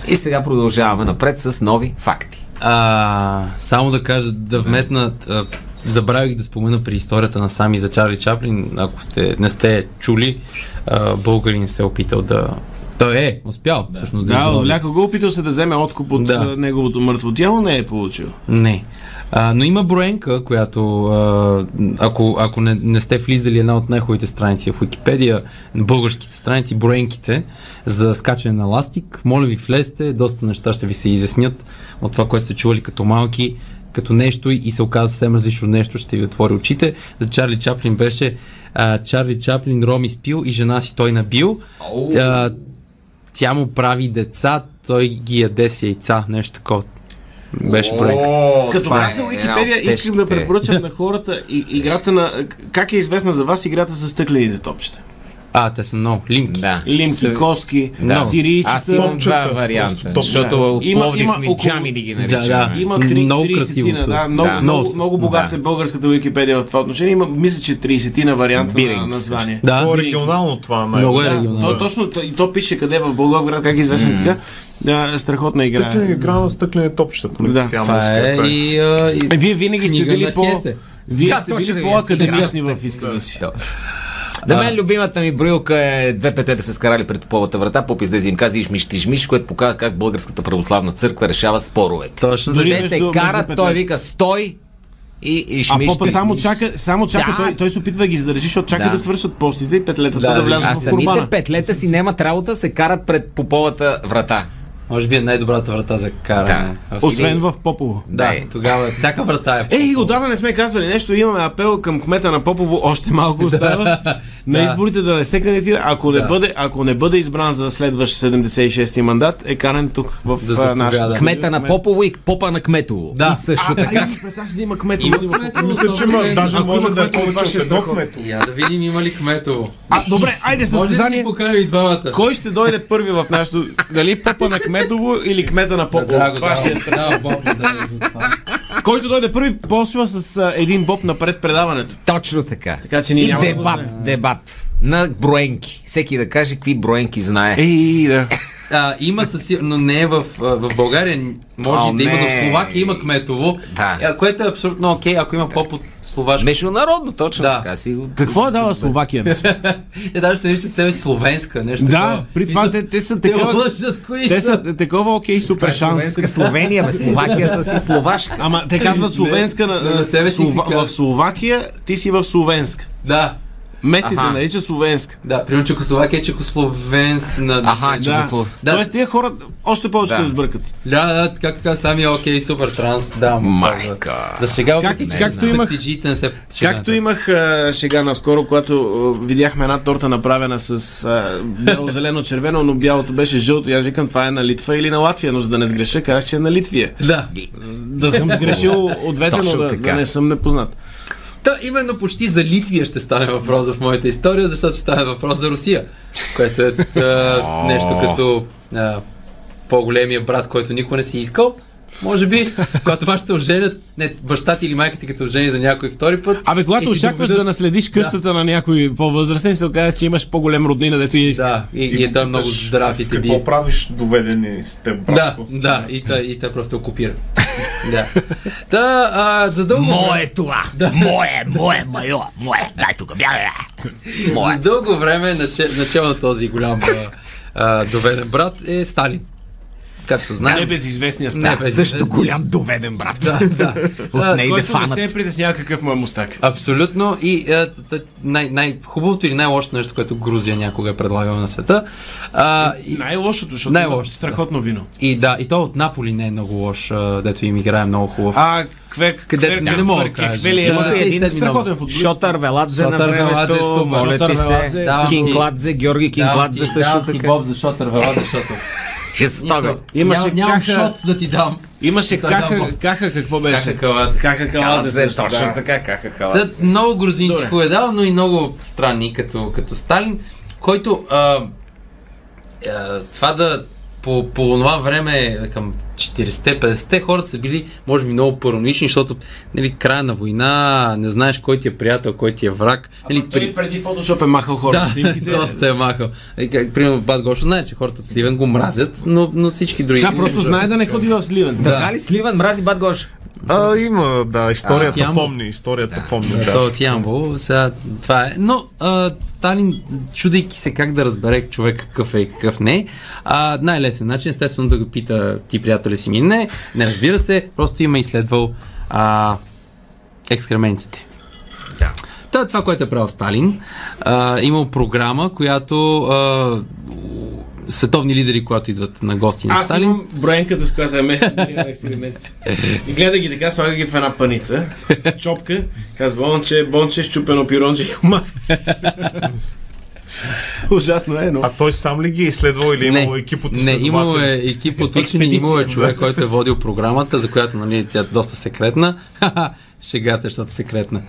Speaker 2: И сега продължаваме напред с нови факти.
Speaker 4: А, само да кажа, да вметна, а, забравих да спомена при историята на Сами за Чарли Чаплин, ако сте, не сте чули, а, българин се е опитал да... Той е, успял да. всъщност да,
Speaker 3: Да,
Speaker 4: излови.
Speaker 3: отвляка го, опитал се да вземе откуп от
Speaker 4: Да.
Speaker 3: а, неговото мъртво тяло, не е получил.
Speaker 4: Не. А, но има броенка, която, а, ако, ако не, не сте влизали една от най-хубавите страници в Уикипедия, на българските страници, броенките за скачане на ластик, моля ви влезте, доста неща ще ви се изяснят от това, което сте чували като малки, като нещо и се оказа съвсем различно нещо, ще ви отвори очите. За Чарли Чаплин беше а, Чарли Чаплин, Роми спил и жена си той набил. А, тя му прави деца, той ги яде с яйца, нещо такова. Беше броенка.
Speaker 3: Като
Speaker 2: е
Speaker 3: аз на Уикипедия искам да препоръчам на хората и, играта на... Как е известна за вас играта с тъклените топчета?
Speaker 4: А, те са много. Лимки.
Speaker 2: Да.
Speaker 3: Лимки, коски,
Speaker 2: Да.
Speaker 3: сирийчета.
Speaker 2: Аз имам два
Speaker 5: топчета.
Speaker 2: варианта.
Speaker 5: Просто топчета.
Speaker 2: Защото
Speaker 3: Да.
Speaker 2: от
Speaker 3: Има-
Speaker 2: Пловдив
Speaker 3: има
Speaker 2: ми
Speaker 3: около-
Speaker 2: джами ги наричаме.
Speaker 4: Да, да.
Speaker 3: Ами, Има три,
Speaker 4: Много
Speaker 3: много 30
Speaker 4: красивото.
Speaker 3: да, много,
Speaker 2: Да.
Speaker 3: много,
Speaker 4: Нос.
Speaker 3: много богата е българската Уикипедия в това отношение. Има, мисля, че 30 варианта на
Speaker 2: Биринг,
Speaker 3: название.
Speaker 4: Да.
Speaker 5: Много регионално това. Най-
Speaker 4: Ами- Много е
Speaker 3: Да,
Speaker 4: регионално.
Speaker 3: то, точно, то, и то пише къде в Благоевград, как е известно така. Да, страхотна игра.
Speaker 5: Стъклени игра на стъклени нали, топчета.
Speaker 3: Да.
Speaker 4: Това е и... а, и...
Speaker 3: Е, Вие винаги сте
Speaker 4: Книга
Speaker 3: били
Speaker 4: на
Speaker 3: по...
Speaker 4: Хесе.
Speaker 3: Вие
Speaker 2: Да,
Speaker 3: сте
Speaker 2: точно,
Speaker 3: били
Speaker 2: вие
Speaker 3: по-академични
Speaker 2: сте
Speaker 3: в изказа си.
Speaker 2: На мен любимата ми брилка е две петета се скарали пред поповата врата, поп излезе и им каза ишмиш ти жмиш, което показва как българската православна църква решава споровете.
Speaker 4: Точно.
Speaker 3: Дори-
Speaker 4: Дори...
Speaker 2: Те
Speaker 3: между-
Speaker 2: се
Speaker 3: между
Speaker 2: карат,
Speaker 3: петете.
Speaker 2: той вика стой и
Speaker 3: А
Speaker 2: ишмиш.
Speaker 3: попа само чака, само чака
Speaker 2: Да.
Speaker 3: той, той се опитва да ги задържи, защото чака да,
Speaker 2: Да.
Speaker 3: свършат постите и петлетата да,
Speaker 4: Да,
Speaker 3: да
Speaker 4: да.
Speaker 2: а
Speaker 3: влязат в
Speaker 2: самите
Speaker 3: курбана.
Speaker 2: петлета си немат работа, се карат пред поповата врата.
Speaker 4: Може би е най-добрата врата за каране. В-
Speaker 3: Освен в Попово.
Speaker 4: Да,
Speaker 2: Ей.
Speaker 4: тогава всяка врата е...
Speaker 3: Ей, отдавна не сме казвали нещо. Имаме апел към кмета на Попово. Още малко остава. на
Speaker 4: Да.
Speaker 3: изборите да не се кандидатира. Ако, не бъде, ако не бъде избран за следващ 76-ти мандат, е канен тук в
Speaker 4: Да
Speaker 3: а,
Speaker 4: заповяда.
Speaker 3: нашата студия.
Speaker 2: Кмета на Попово и попа на кметово.
Speaker 4: Да.
Speaker 2: също
Speaker 3: А,
Speaker 2: така.
Speaker 3: и представя си да има кмет. Има,
Speaker 5: Мисля, че има, даже
Speaker 3: Ако
Speaker 5: може
Speaker 3: има
Speaker 5: да е
Speaker 3: кметове, това ще
Speaker 5: повече
Speaker 3: е
Speaker 5: от едно
Speaker 3: страхотно.
Speaker 5: кмето.
Speaker 4: Я да видим има ли кмето.
Speaker 3: А, добре, айде
Speaker 4: Може ли да си
Speaker 3: състезание.
Speaker 4: покажем и двамата?
Speaker 3: Кой ще дойде първи в нашото... Дали попа на Кметово или кмета на Попово?
Speaker 4: Драго,
Speaker 3: Това ще е
Speaker 4: драго, драго, Боб, драго, за това.
Speaker 3: Който дойде първи, почва с а, един боб напред предаването.
Speaker 2: Точно така.
Speaker 3: Така че ние
Speaker 2: и
Speaker 3: няма да го
Speaker 2: дебат, дебат на броенки. Всеки да каже какви броенки знае.
Speaker 3: Ей, да.
Speaker 4: А, Има със сигур- но не е в, а, в България. Може
Speaker 2: О,
Speaker 4: и да има, но в
Speaker 2: не.
Speaker 4: Словакия има кметово.
Speaker 2: Да.
Speaker 4: а, Което е абсолютно окей, ако има поп от словашко.
Speaker 2: Международно, точно
Speaker 4: Да.
Speaker 2: така си. го-
Speaker 3: Какво е дала Словакия? на света?
Speaker 4: Те Е, даже се наричат себе си словенска, нещо
Speaker 3: да,
Speaker 4: такова.
Speaker 3: при това
Speaker 4: Мисля,
Speaker 3: те, те са
Speaker 4: те
Speaker 3: такова...
Speaker 4: лъжат, кои
Speaker 3: Те са такова окей, супер шанс.
Speaker 2: Словенска Словения, бе, Словакия са си словашка.
Speaker 3: Ама те казват Словенска на,
Speaker 4: на себе си
Speaker 3: Слова-
Speaker 4: си казва.
Speaker 3: в Словакия, ти си в Словенска.
Speaker 4: Да.
Speaker 3: Местните
Speaker 2: Аха.
Speaker 3: наричат Словенска.
Speaker 4: Да, примерно Чехословакия е Чехословенсна.
Speaker 2: Аха, че
Speaker 3: Да.
Speaker 2: да.
Speaker 4: Да.
Speaker 3: Тоест тия хора още повече
Speaker 2: Да.
Speaker 3: да. сбъркат.
Speaker 4: Да, да, както каза самия, окей, супер транс, да. м,
Speaker 2: Майка.
Speaker 4: това За за шега
Speaker 3: Как-
Speaker 4: обичам.
Speaker 3: както
Speaker 4: Не знам.
Speaker 3: имах-
Speaker 4: Таксиджиите не се шегата.
Speaker 3: Както имах а, шега наскоро, когато а, видяхме една торта направена с а, бяло, зелено, червено, но бялото беше жълто. И аз викам, това е на Литва или на Латвия, но за да не сгреша, казах, че е на Литвия.
Speaker 4: Да.
Speaker 3: Да съм сгрешил от двете, но
Speaker 2: Точно
Speaker 3: да,
Speaker 2: така.
Speaker 3: да не съм непознат.
Speaker 4: Та именно почти за Литвия ще стане въпрос в моята история, защото ще стане въпрос за Русия, което е а, нещо като а, по-големия брат, който никога не си искал. Може би, когато баш се оженят, не, баща ти или майка ти като се ожени за някой втори път.
Speaker 3: Абе,
Speaker 4: и
Speaker 3: когато
Speaker 4: Е, ти
Speaker 3: очакваш
Speaker 4: доведат-
Speaker 3: да наследиш къщата на някой по-възрастен, се оказва, че имаш по-голем роднина, дето и иска.
Speaker 4: Да, и, и, и той е много
Speaker 5: питаш,
Speaker 4: здрав и те бие.
Speaker 5: Какво правиш доведени с теб,
Speaker 4: Да,
Speaker 5: братко?
Speaker 4: да, и те, и те просто окупира. да. Та, а, за дълго, време,
Speaker 2: е това! Мое, мое, мое, мое! Дай тук, бягай!
Speaker 4: за дълго време наше- начало на този голям а, а, доведен брат е Сталин. Както
Speaker 3: Не
Speaker 4: знаем.
Speaker 3: безизвестния
Speaker 4: Не,
Speaker 3: стар.
Speaker 4: бе,
Speaker 2: Също
Speaker 4: не.
Speaker 2: голям доведен брат.
Speaker 4: Да, да.
Speaker 2: От ней да
Speaker 3: Който не
Speaker 2: фанат.
Speaker 3: се притеснява какъв му е мустак.
Speaker 4: Абсолютно. И а, т- т- най- най-хубавото или най-лошото нещо, което Грузия някога е предлагала на света. А, и,
Speaker 3: Най-лошото, защото
Speaker 4: Най-лошото,
Speaker 3: има страхотно вино.
Speaker 4: и, да, и то от Наполи не е много лош, а, дето им играе много хубав.
Speaker 3: А, квек,
Speaker 4: Къде-
Speaker 3: кверка,
Speaker 4: не мога да
Speaker 3: кверка,
Speaker 4: кажа.
Speaker 3: квели е
Speaker 4: За
Speaker 3: един
Speaker 4: 97
Speaker 3: страхотен
Speaker 4: много.
Speaker 3: футболист.
Speaker 2: Шотър Веладзе на
Speaker 4: Шотър Веладзе е
Speaker 2: времето,
Speaker 4: супер.
Speaker 2: моля ти
Speaker 3: Шотър Веладзе,
Speaker 2: се.
Speaker 4: давам ти-
Speaker 2: Кинкладзе, Георги Кинкладзе също така.
Speaker 4: Боб, защото рвела, защото.
Speaker 2: Жестоко.
Speaker 3: Имаше
Speaker 4: Ням- нямам
Speaker 3: каха-
Speaker 4: шот да ти дам.
Speaker 3: Имаше
Speaker 4: Той дава
Speaker 3: каха,
Speaker 4: боб.
Speaker 3: каха какво беше?
Speaker 4: Каха Каладзе.
Speaker 3: Каха каладзе също, да.
Speaker 2: така, каха халат.
Speaker 4: Тът много грузинци е дал, но и много странни, като, като Сталин, който а, а, това да по, по това време, към 40-50-те, хората са били, може би, много параноични, защото нали, края на война, не знаеш кой ти е приятел, кой ти е враг. Нали,
Speaker 3: Той и преди фотошоп е махал хората. снимките.
Speaker 4: да, доста е махал. Е, как, Примерно, Бат Гошо знае, че хората от Сливен го мразят, но, но всички други.
Speaker 3: Тя просто знае да не ходи в Сливен.
Speaker 2: Да. Така ли Сливен мрази Бат Гош?
Speaker 5: А, има, да, историята
Speaker 4: А, от Ямбол.
Speaker 5: помни, историята помни, да.
Speaker 4: Той е от Ямбол, сега това е. Но а, Сталин, чудейки се как да разбере човек какъв е и какъв не, е, а, най-лесен начин естествено да го пита ти приятели си ми. Не, не разбира се, просто има изследвал а, екскрементите.
Speaker 2: Да.
Speaker 4: Та, това, което е правил Сталин, а, имал програма, която а, световни лидери, когато идват на гости на
Speaker 3: Аз
Speaker 4: Сталин.
Speaker 3: имам броенката, с която е месен експеримент. нали. И гледа ги така, слага ги в една паница, чопка, казва бонче, бонче, щупено пиронче и хума. Ужасно е, но...
Speaker 5: А той сам ли ги е изследвал или е имало екип от
Speaker 4: Не, имало е
Speaker 5: изследователи?
Speaker 4: екип от учени, имало е човек, който е водил програмата, за която нали, тя е доста секретна. Ха-ха, Шегата, защото е секретна.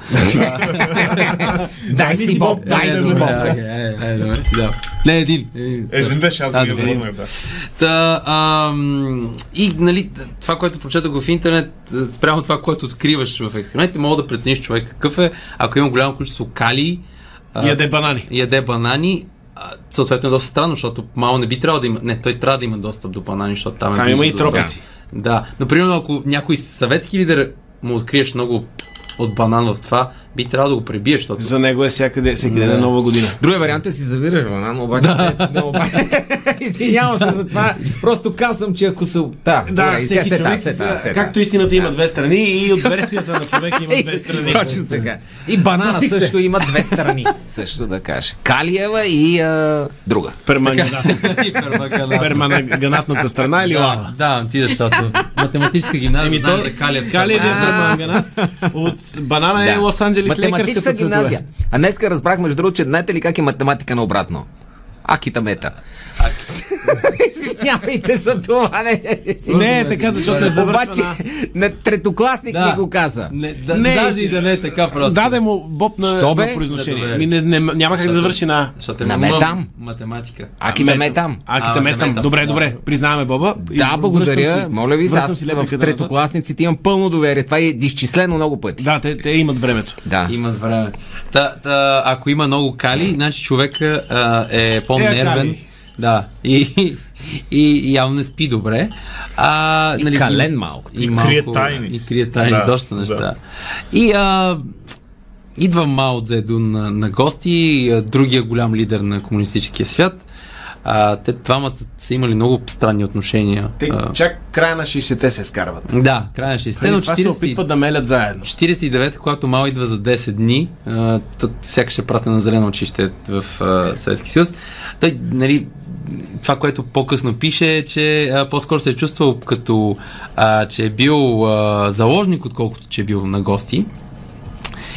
Speaker 2: Дай си Боб, дай
Speaker 4: Е,
Speaker 2: си
Speaker 4: добре,
Speaker 2: Боб.
Speaker 4: окей, е, е, добре, ти давай. Не, един. един.
Speaker 5: Един беше, аз
Speaker 4: е- А,
Speaker 5: да ги
Speaker 4: добре.
Speaker 5: върнах, да.
Speaker 4: Та, ам, и нали, т- това, което прочетох в интернет, е, спрямо това, което откриваш в експериментите, мога да прецениш човек какъв е, ако има голямо количество калий, а,
Speaker 3: Яде банани.
Speaker 4: яде банани, а, съответно е доста странно, защото мало не би трябвало да има. Не, той трябва да има достъп до банани, защото там е.
Speaker 3: Там
Speaker 4: близо
Speaker 3: има и
Speaker 4: до-
Speaker 3: тропици.
Speaker 4: Да. Например, ако някой съветски лидер му откриеш много от банан в това, би трябвало да го пребиеш, защото
Speaker 3: За него е всякъде, всеки ден е нова година.
Speaker 2: Другия вариант е да си завираш банан, обаче да. не, не обаче. Извинявам се за това. Просто казвам, че ако се... Да,
Speaker 3: Да,
Speaker 2: добре, и
Speaker 3: всеки
Speaker 2: се-
Speaker 3: човек,
Speaker 2: се- се-
Speaker 3: а,
Speaker 2: се-
Speaker 3: както истината има две страни и от версията на човек има две страни.
Speaker 2: Точно така. И банана
Speaker 3: Спасихте.
Speaker 2: също има две страни. също да кажа. Калиева и а, друга.
Speaker 3: Перманганат.
Speaker 4: Пермаганат.
Speaker 3: Перманганатната страна или лава?
Speaker 4: Да, да, ти защото математическа гимназия Еми, знае
Speaker 3: Ами то-
Speaker 4: за калия.
Speaker 3: Калиев е перманганат. От банана е Лос-Анджелес
Speaker 2: Математическа
Speaker 3: лекарската
Speaker 2: гимназия.
Speaker 3: цветове.
Speaker 2: А днеска разбрах, между другото, че знаете ли как е математика на обратно? Акита мета. Извинявайте за това. Не,
Speaker 3: Не е така, защото не завършва
Speaker 2: Обаче,
Speaker 3: на...
Speaker 2: на третокласник
Speaker 4: Да.
Speaker 2: ми го каза.
Speaker 4: Не, да,
Speaker 3: Не,
Speaker 4: даже и да не е така просто.
Speaker 3: Даде му боб на,
Speaker 2: Що бе?
Speaker 3: на
Speaker 4: Да,
Speaker 3: произношение.
Speaker 4: добре.
Speaker 3: Ми не, не, няма как да завърши на...
Speaker 4: Защото е
Speaker 2: На
Speaker 4: мъм-
Speaker 2: метам.
Speaker 4: Математика.
Speaker 2: Акита метам.
Speaker 3: Акита
Speaker 4: А,
Speaker 3: метам.
Speaker 4: метам.
Speaker 3: Добре,
Speaker 4: Да.
Speaker 3: добре. Признаваме боба. И
Speaker 2: Да,
Speaker 3: връщам
Speaker 2: благодаря.
Speaker 3: си-
Speaker 2: Моля ви,
Speaker 3: връщам
Speaker 2: аз
Speaker 3: си
Speaker 2: в
Speaker 3: лепиката назад.
Speaker 2: третокласниците имам пълно доверие. Това е изчислено много пъти.
Speaker 3: Да, те, те имат времето.
Speaker 2: Да.
Speaker 4: Имат време. Та, та, ако има много кали, значи човека а, е по-нервен.
Speaker 3: кали.
Speaker 4: да. И, и явно не спи добре. А,
Speaker 3: нали,
Speaker 4: нали,
Speaker 2: И кален малко.
Speaker 4: И,
Speaker 5: крие тайни.
Speaker 4: И крие тайни,
Speaker 5: Да,
Speaker 4: доста
Speaker 5: да.
Speaker 4: неща. И а, идва Мао Дзедун на, на гости, а, другия голям лидер на комунистическия свят. А, те двамата са имали много странни отношения. а,
Speaker 3: чак края на 60-те се скарват.
Speaker 4: да, края на 60-те, но
Speaker 3: Преди това се
Speaker 4: 40
Speaker 3: опитват да мелят заедно.
Speaker 4: 49, когато Мао идва за 10 дни, а, то сякаш ще прата на зелено училище в а, Съветски съюз. Той, нали, това, което по-късно пише, е, че а, по-скоро се е чувствал като, а, че е бил а, заложник, отколкото че е бил на гости.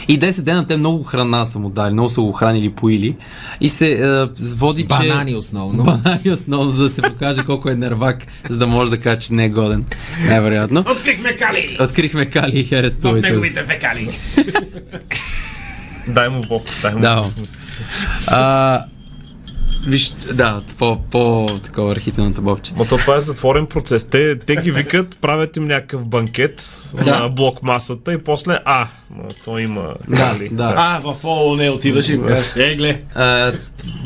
Speaker 4: И 10 дена те много храна са му дали, много са го хранили, поили. И се а, води, че...
Speaker 2: Банани основно.
Speaker 4: Банани основно, за да се покаже колко е нервак, за да може да каже, че не е годен. Невероятно.
Speaker 3: Открихме кали!
Speaker 4: Открихме Кали и
Speaker 3: В
Speaker 4: Херестовите.
Speaker 3: неговите фекали.
Speaker 5: Дай му Бог, дай му
Speaker 4: Да.
Speaker 5: Бог.
Speaker 4: А, виж, да, по, по такова архитектурната бобче.
Speaker 5: Ма то това е затворен процес. Те, те ги викат, правят им някакъв банкет
Speaker 4: Да.
Speaker 5: на блок масата и после, а, ма то има нали, кали.
Speaker 4: да.
Speaker 3: А, в ООН отиваш и Е, казваш, егле.
Speaker 4: А,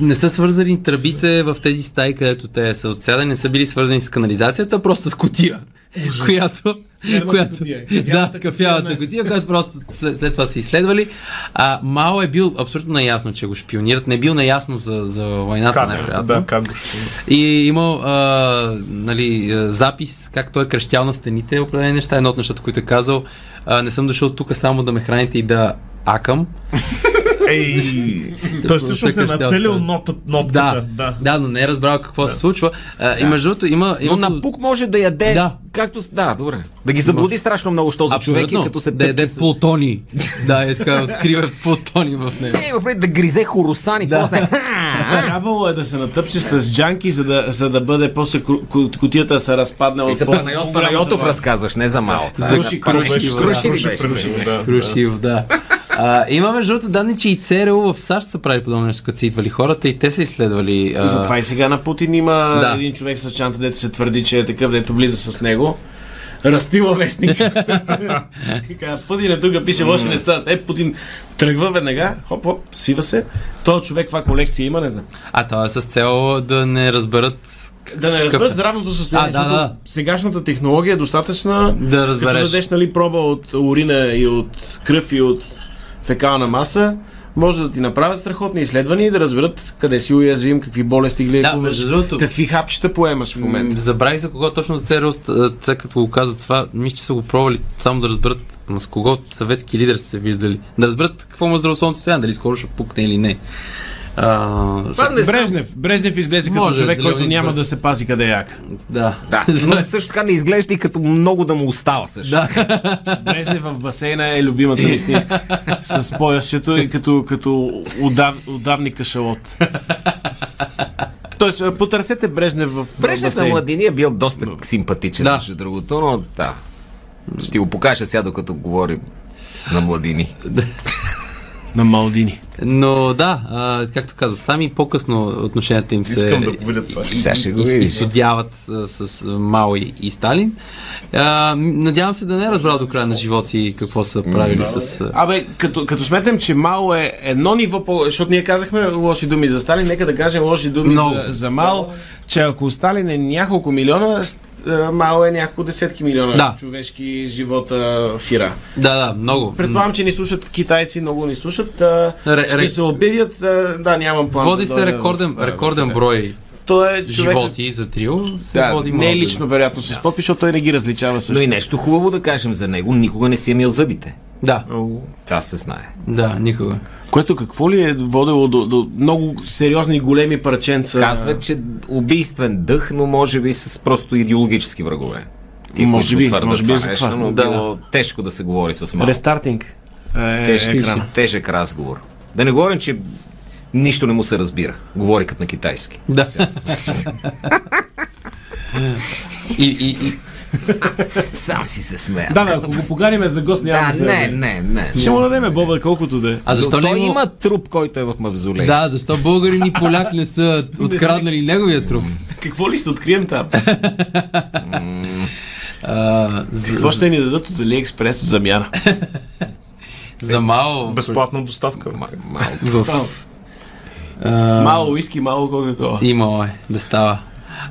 Speaker 4: не са свързани тръбите в тези стаи, където те са отсядани, не са били свързани с канализацията, просто с котия. Която,
Speaker 3: Черна
Speaker 4: която,
Speaker 3: кутия.
Speaker 4: да,
Speaker 3: Кафявата
Speaker 4: кафявата котия, която просто след, след това са изследвали. А, Мао е бил абсолютно наясно, че го шпионират. Не е бил наясно за, за войната,
Speaker 5: Как?
Speaker 4: най-вероятно.
Speaker 5: Да, как го ще...
Speaker 4: И имал а, нали, а, запис как той е крещял на стените определени неща. Едно от нещата, които е казал, а, не съм дошъл тук само да ме храните и да акам.
Speaker 5: Ей, той всъщност е
Speaker 4: Всеки ще
Speaker 5: нацелил
Speaker 4: остане.
Speaker 5: нотът, нотката.
Speaker 4: Да,
Speaker 5: Да.
Speaker 4: да, но не е разбрал какво се случва. А, И между другото има...
Speaker 2: Но
Speaker 4: има
Speaker 2: на пук може да яде.
Speaker 4: Да.
Speaker 2: Както с- да, добре. Да ги заблуди страшно много, що за човек и като се
Speaker 4: да яде
Speaker 2: с-
Speaker 4: плутони. да, е така, открива плутони в него.
Speaker 2: Не, има пред Е, да гризе хоросани, да. после.
Speaker 3: Трябвало е да се натъпче с джанки, за да, за да бъде после котията да се разпаднала.
Speaker 2: И за
Speaker 3: по-
Speaker 2: Панайот
Speaker 3: по-голямата
Speaker 2: Панайотов
Speaker 3: връзва.
Speaker 2: разказваш, не за малко.
Speaker 4: За
Speaker 3: Круши, круши,
Speaker 4: круши,
Speaker 2: Круши ли
Speaker 5: Круши,
Speaker 2: беше?
Speaker 5: круши, да.
Speaker 4: Крушив, да. А, има между другото данни, че и ЦРУ в САЩ са правили подобно нещо, като са идвали хората и те са изследвали. А...
Speaker 3: Затова и сега на Путин има
Speaker 4: Да.
Speaker 3: да. един човек с чанта, дето се твърди, че е такъв, дето влиза с него. Растила вестник. така, Путин е тук, пише, лоши не стават. Е, Путин тръгва веднага, хоп, хоп, сива се. Той човек каква колекция има, не знам.
Speaker 4: А това е с цел да не разберат,
Speaker 3: Да не разбера
Speaker 4: Какъв е?
Speaker 3: здравното състояние,
Speaker 4: А, да,
Speaker 3: защото
Speaker 4: да.
Speaker 3: сегашната технология е достатъчна
Speaker 4: да
Speaker 3: Като
Speaker 4: разбереш.
Speaker 3: дадеш нали, проба от урина и от кръв и от фекална маса, може да ти направят страхотни изследвания и да разберат къде си уязвим, какви болести
Speaker 4: Да,
Speaker 3: гледаш,
Speaker 4: между другото-
Speaker 3: какви хапчета поемаш в
Speaker 4: М,
Speaker 3: момента.
Speaker 4: Забравих за кого точно за ЦРУ, ст- а, сега като го каза това, мисля, че са го пробвали само да разберат ма с кого съветски лидер са се виждали. Да разберат какво му е здравословното състояние, дали скоро ще пукне или не. А,
Speaker 2: Това не знам.
Speaker 3: Брежнев, Брежнев изглежда
Speaker 4: като
Speaker 3: като
Speaker 4: Може, човек,
Speaker 3: човек,
Speaker 4: дали който
Speaker 3: който
Speaker 4: го няма
Speaker 3: няма
Speaker 4: избра- да
Speaker 3: да се пази къде е як.
Speaker 4: да.
Speaker 2: Да, но също така не изглежда и като много да му остава също.
Speaker 4: Да.
Speaker 3: Брежнев в басейна е любимата ми снимка. С поясчето и като, като удав, удавни кашалот. Тоест, потърсете Брежнев в в
Speaker 2: Брежнев на
Speaker 3: басейн.
Speaker 2: младини е бил доста симпатичен,
Speaker 4: Да.
Speaker 2: между другото, но да. Ще го покажа сега, докато говорим на младини.
Speaker 3: На Малдини.
Speaker 4: Но да, а, както каза, сами по-късно отношенията им се
Speaker 5: Искам да го видя това.
Speaker 2: Сега ще го
Speaker 4: из-
Speaker 2: видиш.
Speaker 4: изстудяват а, с а, Мао и, и Сталин. А, м, надявам се да не е разбрал до края на живота си какво са правили с... а,
Speaker 3: Абе, като, като сметнем, че Мал е едно ниво по... Защото ние казахме лоши думи за Сталин, нека да кажем лоши думи
Speaker 4: Много.
Speaker 3: за, за Мал, че ако Сталин е няколко милиона, Ст- а, Мал е няколко десетки милиона
Speaker 4: Да.
Speaker 3: човешки живота фира.
Speaker 4: Да, да, много.
Speaker 3: Предполагам, че ни слушат китайци, много ни слушат. А,
Speaker 4: Ре-
Speaker 3: ще
Speaker 4: ре-
Speaker 3: се обидят. А, да, нямам план.
Speaker 4: Води
Speaker 3: да
Speaker 4: се
Speaker 3: дойда
Speaker 4: рекорден,
Speaker 3: е в-
Speaker 4: рекорден брой
Speaker 3: Той е човек...
Speaker 4: животи за трио. Се
Speaker 3: Да,
Speaker 4: води
Speaker 3: не
Speaker 4: малко.
Speaker 3: е лично, вероятно, с подпис, защото той не ги различава също.
Speaker 2: Но и нещо хубаво да кажем за него, никога не си е мил зъбите.
Speaker 4: Да,
Speaker 2: Това се знае.
Speaker 4: да, никога.
Speaker 3: Което какво ли е водело до, до много сериозни и големи парченца?
Speaker 2: Казват, че убийствен дъх, но може би с просто идеологически врагове. Ти
Speaker 3: Може
Speaker 2: които
Speaker 3: би,
Speaker 2: твърдят
Speaker 3: може би за
Speaker 2: нещо,
Speaker 3: това.
Speaker 2: но
Speaker 4: Да.
Speaker 2: било тежко да се говори с малко.
Speaker 3: Рестартинг. Е,
Speaker 2: Тежък,
Speaker 3: екрана.
Speaker 2: тежък разговор. Да не говорим, че нищо не му се разбира. Говори като на китайски.
Speaker 4: Да. и, и, и,
Speaker 2: Сам си се смея.
Speaker 3: Да, да, ако го поганиме за гост, няма
Speaker 2: да,
Speaker 3: да, се
Speaker 2: не,
Speaker 3: яде.
Speaker 2: не, не.
Speaker 3: Ще му дадеме боба, колкото да е.
Speaker 4: а защо
Speaker 2: Защо
Speaker 4: не
Speaker 2: той
Speaker 4: е имал-
Speaker 2: има труп, който е в мавзолей.
Speaker 4: Да, защо българин и поляк не са откраднали неговия труп?
Speaker 3: Какво ли ще открием там?
Speaker 4: А,
Speaker 3: Какво
Speaker 4: за,
Speaker 3: ще ни дадат от AliExpress в замяна?
Speaker 4: за мало.
Speaker 5: Безплатна доставка.
Speaker 2: М- малко.
Speaker 4: В, а,
Speaker 3: Мало Е, уиски, мало кока-кола.
Speaker 4: Имало е, да става.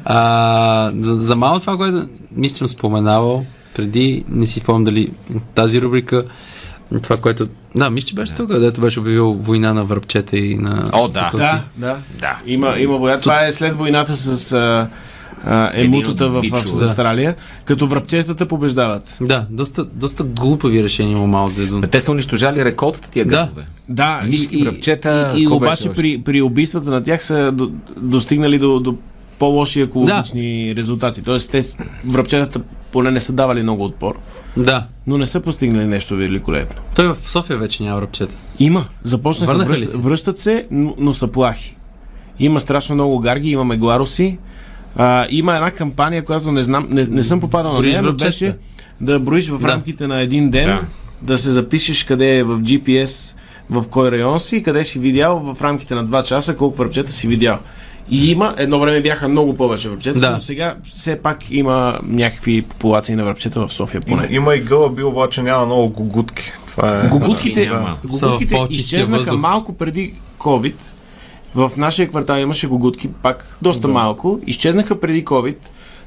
Speaker 4: А, за, за малко това, което мисля, че съм споменавал преди, не си спомням дали тази рубрика, това, което... Да, мисля, че беше тук, дето беше обявил война на връбчета и на...
Speaker 2: О, да.
Speaker 4: стъклъци.
Speaker 3: Да, да. да. Има, има война. Това е след войната с а, а, емутата
Speaker 2: Един
Speaker 3: в,
Speaker 2: от
Speaker 3: в
Speaker 2: бичове.
Speaker 3: Австралия, като връбчетата побеждават.
Speaker 4: Да, доста, доста глупави решения има Мао Цзедун.
Speaker 2: Ма Те са унищожали реколтата тия
Speaker 4: Да.
Speaker 2: градове.
Speaker 3: Да,
Speaker 2: Мишки,
Speaker 3: и,
Speaker 2: връбчета,
Speaker 3: и, и
Speaker 2: какво беше
Speaker 3: обаче
Speaker 2: още?
Speaker 3: при, при убийствата на тях са до, достигнали до, до по-лоши екологични резултати. Тоест, те с- връбчетата поне не са давали много отпор,
Speaker 4: Да.
Speaker 3: но не са постигнали нещо великолепно.
Speaker 4: Той в София вече няма връбчета.
Speaker 3: Има. Започнаха.
Speaker 4: Върнаха
Speaker 3: Връщ,
Speaker 4: ли се?
Speaker 3: връщат се, но, но са плахи. Има страшно много гарги, имаме гларуси. А, има една кампания, която не знам, не, не съм попадал на
Speaker 4: Броиш
Speaker 3: нея, но
Speaker 4: връбчета.
Speaker 3: беше да броиш в
Speaker 4: Да.
Speaker 3: рамките на един ден, да. да се запишеш къде е в GPS, в кой район си, и къде си видял в рамките на 2 часа, колко връбчета си видял. И има, едно време бяха много повече връбчета,
Speaker 4: Да.
Speaker 3: но сега все пак има някакви популации на връбчета в София
Speaker 5: Има,
Speaker 3: поне.
Speaker 5: има и гълъби, обаче няма много гугутки. Това е...
Speaker 3: Гугутките,
Speaker 2: Да, няма.
Speaker 4: Са в
Speaker 3: гугутките
Speaker 4: по-чистия
Speaker 3: изчезнаха
Speaker 4: въздух.
Speaker 3: малко преди COVID. В нашия квартал имаше гугутки, пак доста малко. Изчезнаха преди COVID.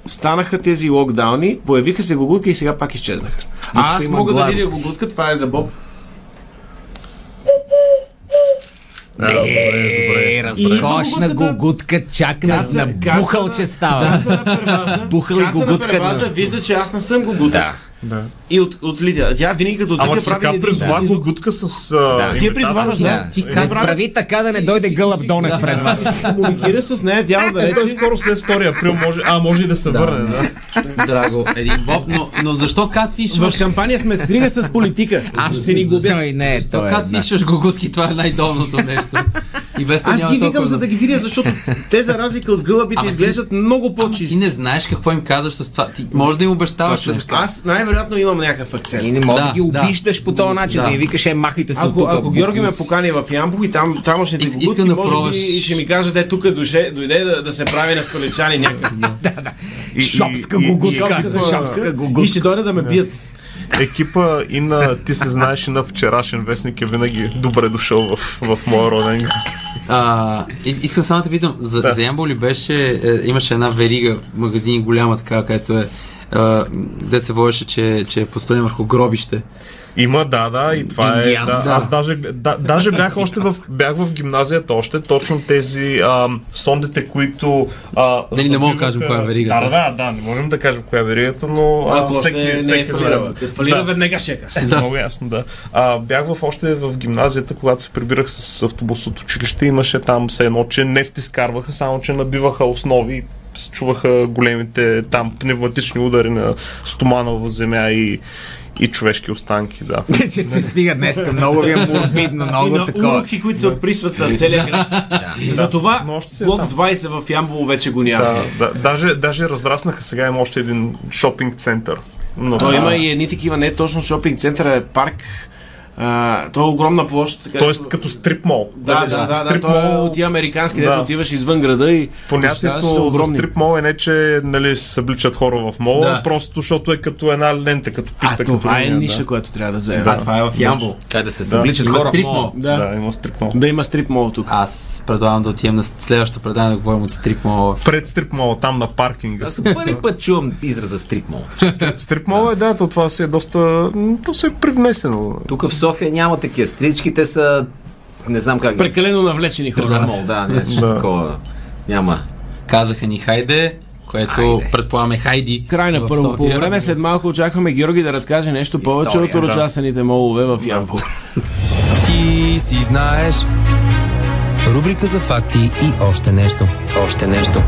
Speaker 3: Станаха тези локдауни, появиха се гугутки и сега пак изчезнаха. А аз
Speaker 2: има
Speaker 3: мога да видя
Speaker 2: гларус.
Speaker 3: гугутка, това е за Боб.
Speaker 5: Е, добре, добре.
Speaker 2: Разкошна
Speaker 3: И-
Speaker 2: гугутка, чак на,
Speaker 3: Каца-
Speaker 2: на
Speaker 3: каца
Speaker 2: бухал,
Speaker 3: на-
Speaker 2: че става.
Speaker 3: Каца на перваза,
Speaker 2: Бухал и
Speaker 3: каца на
Speaker 2: гугутка,
Speaker 3: перваза,
Speaker 2: да.
Speaker 3: вижда, че аз не съм гугутка.
Speaker 2: Да.
Speaker 5: Да.
Speaker 3: И от, отлитя. Тя винаги като
Speaker 5: Ама
Speaker 3: отлитя
Speaker 5: ти така
Speaker 3: е прави един...
Speaker 5: призова гугутка с... Да.
Speaker 3: Ти я призваваш, да.
Speaker 2: Ти как прави така да не дойде гълъб Донев пред вас?
Speaker 3: Комуникира с нея, тя
Speaker 5: Той
Speaker 3: отдалече.
Speaker 5: скоро след 2 април може... А, може и да се върне, да.
Speaker 4: Драго, един боб, но, но защо Катфиш
Speaker 3: В
Speaker 4: имаш...
Speaker 3: кампания сме стрига с политика. Аз ще ни губя.
Speaker 2: Той не е, той е.
Speaker 4: Катфишваш гугутки, това е най-долното нещо. И без
Speaker 3: Аз ги викам, за да ги видя, защото те, за разлика от гълъбите,
Speaker 4: Ама ти-
Speaker 3: изглеждат много
Speaker 4: Ти
Speaker 3: по-чисти.
Speaker 4: не знаеш какво им казваш с това. Ти може да им обещаваш
Speaker 2: Точно.
Speaker 4: нещо.
Speaker 3: Аз най-вероятно имам някакъв
Speaker 2: И
Speaker 3: акцент.
Speaker 2: не мога
Speaker 4: Да,
Speaker 2: да, ги
Speaker 4: да.
Speaker 2: обиждаш по този начин,
Speaker 4: Да.
Speaker 2: да, им викаш, е, махайте се
Speaker 3: Ако,
Speaker 2: от тук,
Speaker 3: ако Георги ме
Speaker 2: буклуци.
Speaker 3: покани в Ямбол и там, тамошните
Speaker 4: Ис-
Speaker 3: богутки,
Speaker 4: искам да
Speaker 3: може
Speaker 4: пробваш.
Speaker 3: би и ще ми кажат, е тук душе, дойде да, да се прави на столичани някакъв.
Speaker 5: И-
Speaker 2: Шопска
Speaker 5: и- и-
Speaker 2: гугутка.
Speaker 3: Шопската-
Speaker 2: Шопска
Speaker 3: И
Speaker 2: гугутка.
Speaker 3: ще дойде да ме бият.
Speaker 5: Екипа и на Ти се знаеш и на вчерашен вестник е винаги добре дошъл в, в моя роден град.
Speaker 4: А, ис- искам само да те питам, за, да. за Ямбол ли беше, е, имаше една верига, магазин голяма така, където е, е дет се водеше, че, че е построен върху гробище.
Speaker 5: Има, да, да, и това е. Да,
Speaker 2: Индианска.
Speaker 5: аз даже, да, даже бях още в, бях в гимназията още, точно тези ам, сондите, които. А,
Speaker 4: Нали, не мога
Speaker 5: забиваха-
Speaker 4: да кажем коя е
Speaker 5: Да,
Speaker 4: веригата.
Speaker 5: да, да, не можем да кажем коя е веригата, но а,
Speaker 3: Ако
Speaker 5: всеки,
Speaker 3: още не е
Speaker 5: всеки
Speaker 3: фалирала.
Speaker 5: знае.
Speaker 3: Като фалира,
Speaker 5: Да.
Speaker 3: веднага ще я кажа.
Speaker 5: Да. Е, Много ясно, да. А, бях в още в гимназията, когато се прибирах с автобус от училище, имаше там все едно, че нефт изкарваха, само че набиваха основи, се чуваха големите там пневматични удари на стомана в земя и, и човешки останки, да.
Speaker 2: Че се стига днес, много ви е морбидно,
Speaker 3: И
Speaker 2: много
Speaker 3: на
Speaker 2: такова.
Speaker 3: уловки, които се отприсват на целия град. Затова
Speaker 5: Но още си е
Speaker 3: блок
Speaker 5: там.
Speaker 3: 20 в Ямбол вече го няма.
Speaker 5: Да, да. Даже, даже разраснаха, сега има още един шопинг център. Но,
Speaker 3: Той
Speaker 5: да.
Speaker 3: има и едни такива, не точно шопинг центъра, е парк. А, той е огромна площ. Така,
Speaker 5: Тоест е като стрип мол. Нали,
Speaker 3: да, да, да, да, той е от тия американски, дето
Speaker 5: Да.
Speaker 3: отиваш извън града и
Speaker 5: Понятието
Speaker 3: нещата са
Speaker 5: за стрип мол е не, че нали, се събличат хора в мол,
Speaker 3: Да.
Speaker 5: да. просто защото е като една лента, като писта.
Speaker 3: А
Speaker 5: като
Speaker 3: това е
Speaker 5: линия,
Speaker 3: ниша, която трябва да вземе.
Speaker 4: А, това е в Ямбол.
Speaker 2: Как да се събличат
Speaker 4: Има
Speaker 2: хора.
Speaker 4: стрип
Speaker 2: в мола.
Speaker 4: мол.
Speaker 5: Да. да, има стрип мол.
Speaker 3: Да има стрип мол тук.
Speaker 4: Аз предлагам да отидем на следващото предаване да говорим от стрип мол.
Speaker 5: Пред стрип мол, там на паркинга.
Speaker 2: Аз за първи път чувам израза стрип мол.
Speaker 5: Стрип мол е, да, то това си е доста... м, То се е привнесено.
Speaker 2: Тук в София няма такива стрички, те са... Не знам как... ги-
Speaker 3: Прекалено навлечени
Speaker 2: С
Speaker 3: хора.
Speaker 2: мол, да, нещо
Speaker 5: Да.
Speaker 2: такова. Няма.
Speaker 4: Казаха ни хайде, което
Speaker 2: Хайде.
Speaker 4: предполагаме хайди.
Speaker 3: Край на
Speaker 4: в
Speaker 3: първо по
Speaker 4: София.
Speaker 3: време, след малко очакваме Георги да разкаже нещо повече
Speaker 2: История,
Speaker 3: от урочасаните молове в Ямбол.
Speaker 4: Ти си знаеш.
Speaker 1: Рубрика за факти и още нещо. Още нещо.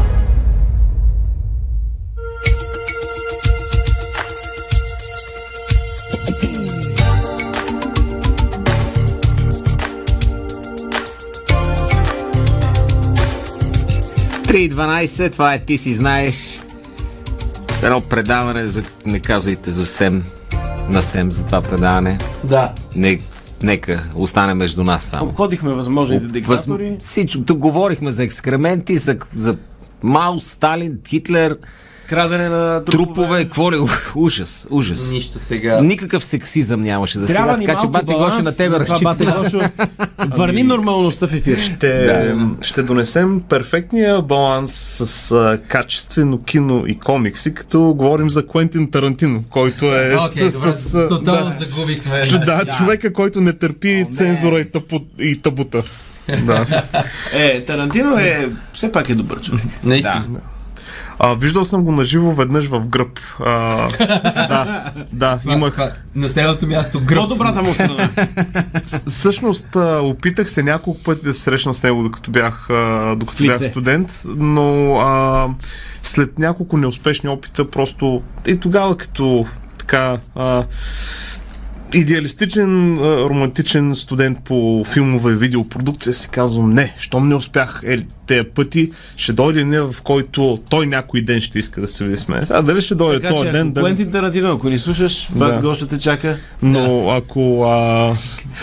Speaker 2: Три и 12, това е Ти си знаеш. Едно предаване, за... не казвайте за Сем, на Сем за това предаване.
Speaker 4: Да.
Speaker 2: Не, нека остане между нас само.
Speaker 3: Обходихме възможните диктатори.
Speaker 2: Всичко, тук говорихме за екскременти, за, за Мао, Сталин, Хитлер,
Speaker 3: Крадене на
Speaker 2: трупове, какво ли? Ужас, ужас.
Speaker 4: Нищо сега.
Speaker 2: Никакъв сексизъм нямаше за
Speaker 3: Трябва
Speaker 2: сега,
Speaker 3: ни
Speaker 2: така че
Speaker 3: малко
Speaker 2: Бати
Speaker 3: баланс
Speaker 2: Гоши на тебе
Speaker 3: за това,
Speaker 2: разчитаме.
Speaker 3: Бати Гошо. Върни нормалността в ефир.
Speaker 5: Ще, ще донесем перфектния баланс с а, качествено кино и комикси, като говорим за Куентин Тарантино, който е
Speaker 4: Окей,
Speaker 5: с...
Speaker 4: добре,
Speaker 5: с, с а,
Speaker 4: тотално
Speaker 5: да,
Speaker 4: загубихме.
Speaker 5: Чу- да, човека, който не търпи цензура и, тъпу, и табута. Да.
Speaker 3: Е, Тарантино е... Все пак е добър човек.
Speaker 4: Наистина.
Speaker 5: А, виждал съм го наживо веднъж в гръб. А, да, да,
Speaker 3: е
Speaker 5: имах.
Speaker 4: На следното място гръб.
Speaker 3: По-добрата му страна.
Speaker 5: Всъщност а, опитах се няколко пъти да се срещна с него, докато бях, а,
Speaker 3: В
Speaker 5: докато
Speaker 3: лице.
Speaker 5: бях студент, но а, след няколко неуспешни опита, просто и тогава като така а, идеалистичен, а, романтичен студент по филмова и видеопродукция си казвам, не, щом не успях е, те пъти, ще дойде ден, в който той някой ден ще иска да се види с мен. А дали ще дойде
Speaker 3: Така
Speaker 5: този
Speaker 3: че,
Speaker 5: ден,
Speaker 3: ако
Speaker 5: дали...
Speaker 3: Куентин Тарантино, ако ни слушаш, Бат
Speaker 5: Значи, Да.
Speaker 3: Гоша те чака.
Speaker 5: Но ако а,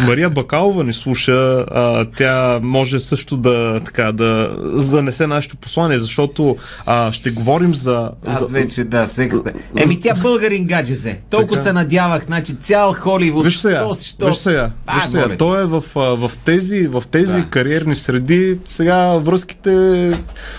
Speaker 5: Мария Бакалова ни слуша, а, тя може също да, така, да занесе нашето послание, защото а, ще говорим за...
Speaker 2: Аз
Speaker 5: за...
Speaker 2: вече, да, секста. Еми тя българин гаджезе. Толкова се надявах, значи цял Холивуд.
Speaker 5: Виж сега,
Speaker 2: що си, що-
Speaker 5: виж сега,
Speaker 2: А,
Speaker 5: виж сега.
Speaker 2: моля
Speaker 5: той
Speaker 2: ти
Speaker 5: е
Speaker 2: се.
Speaker 5: в, а, в тези, в тези
Speaker 2: Да.
Speaker 5: кариерни среди, сега връзките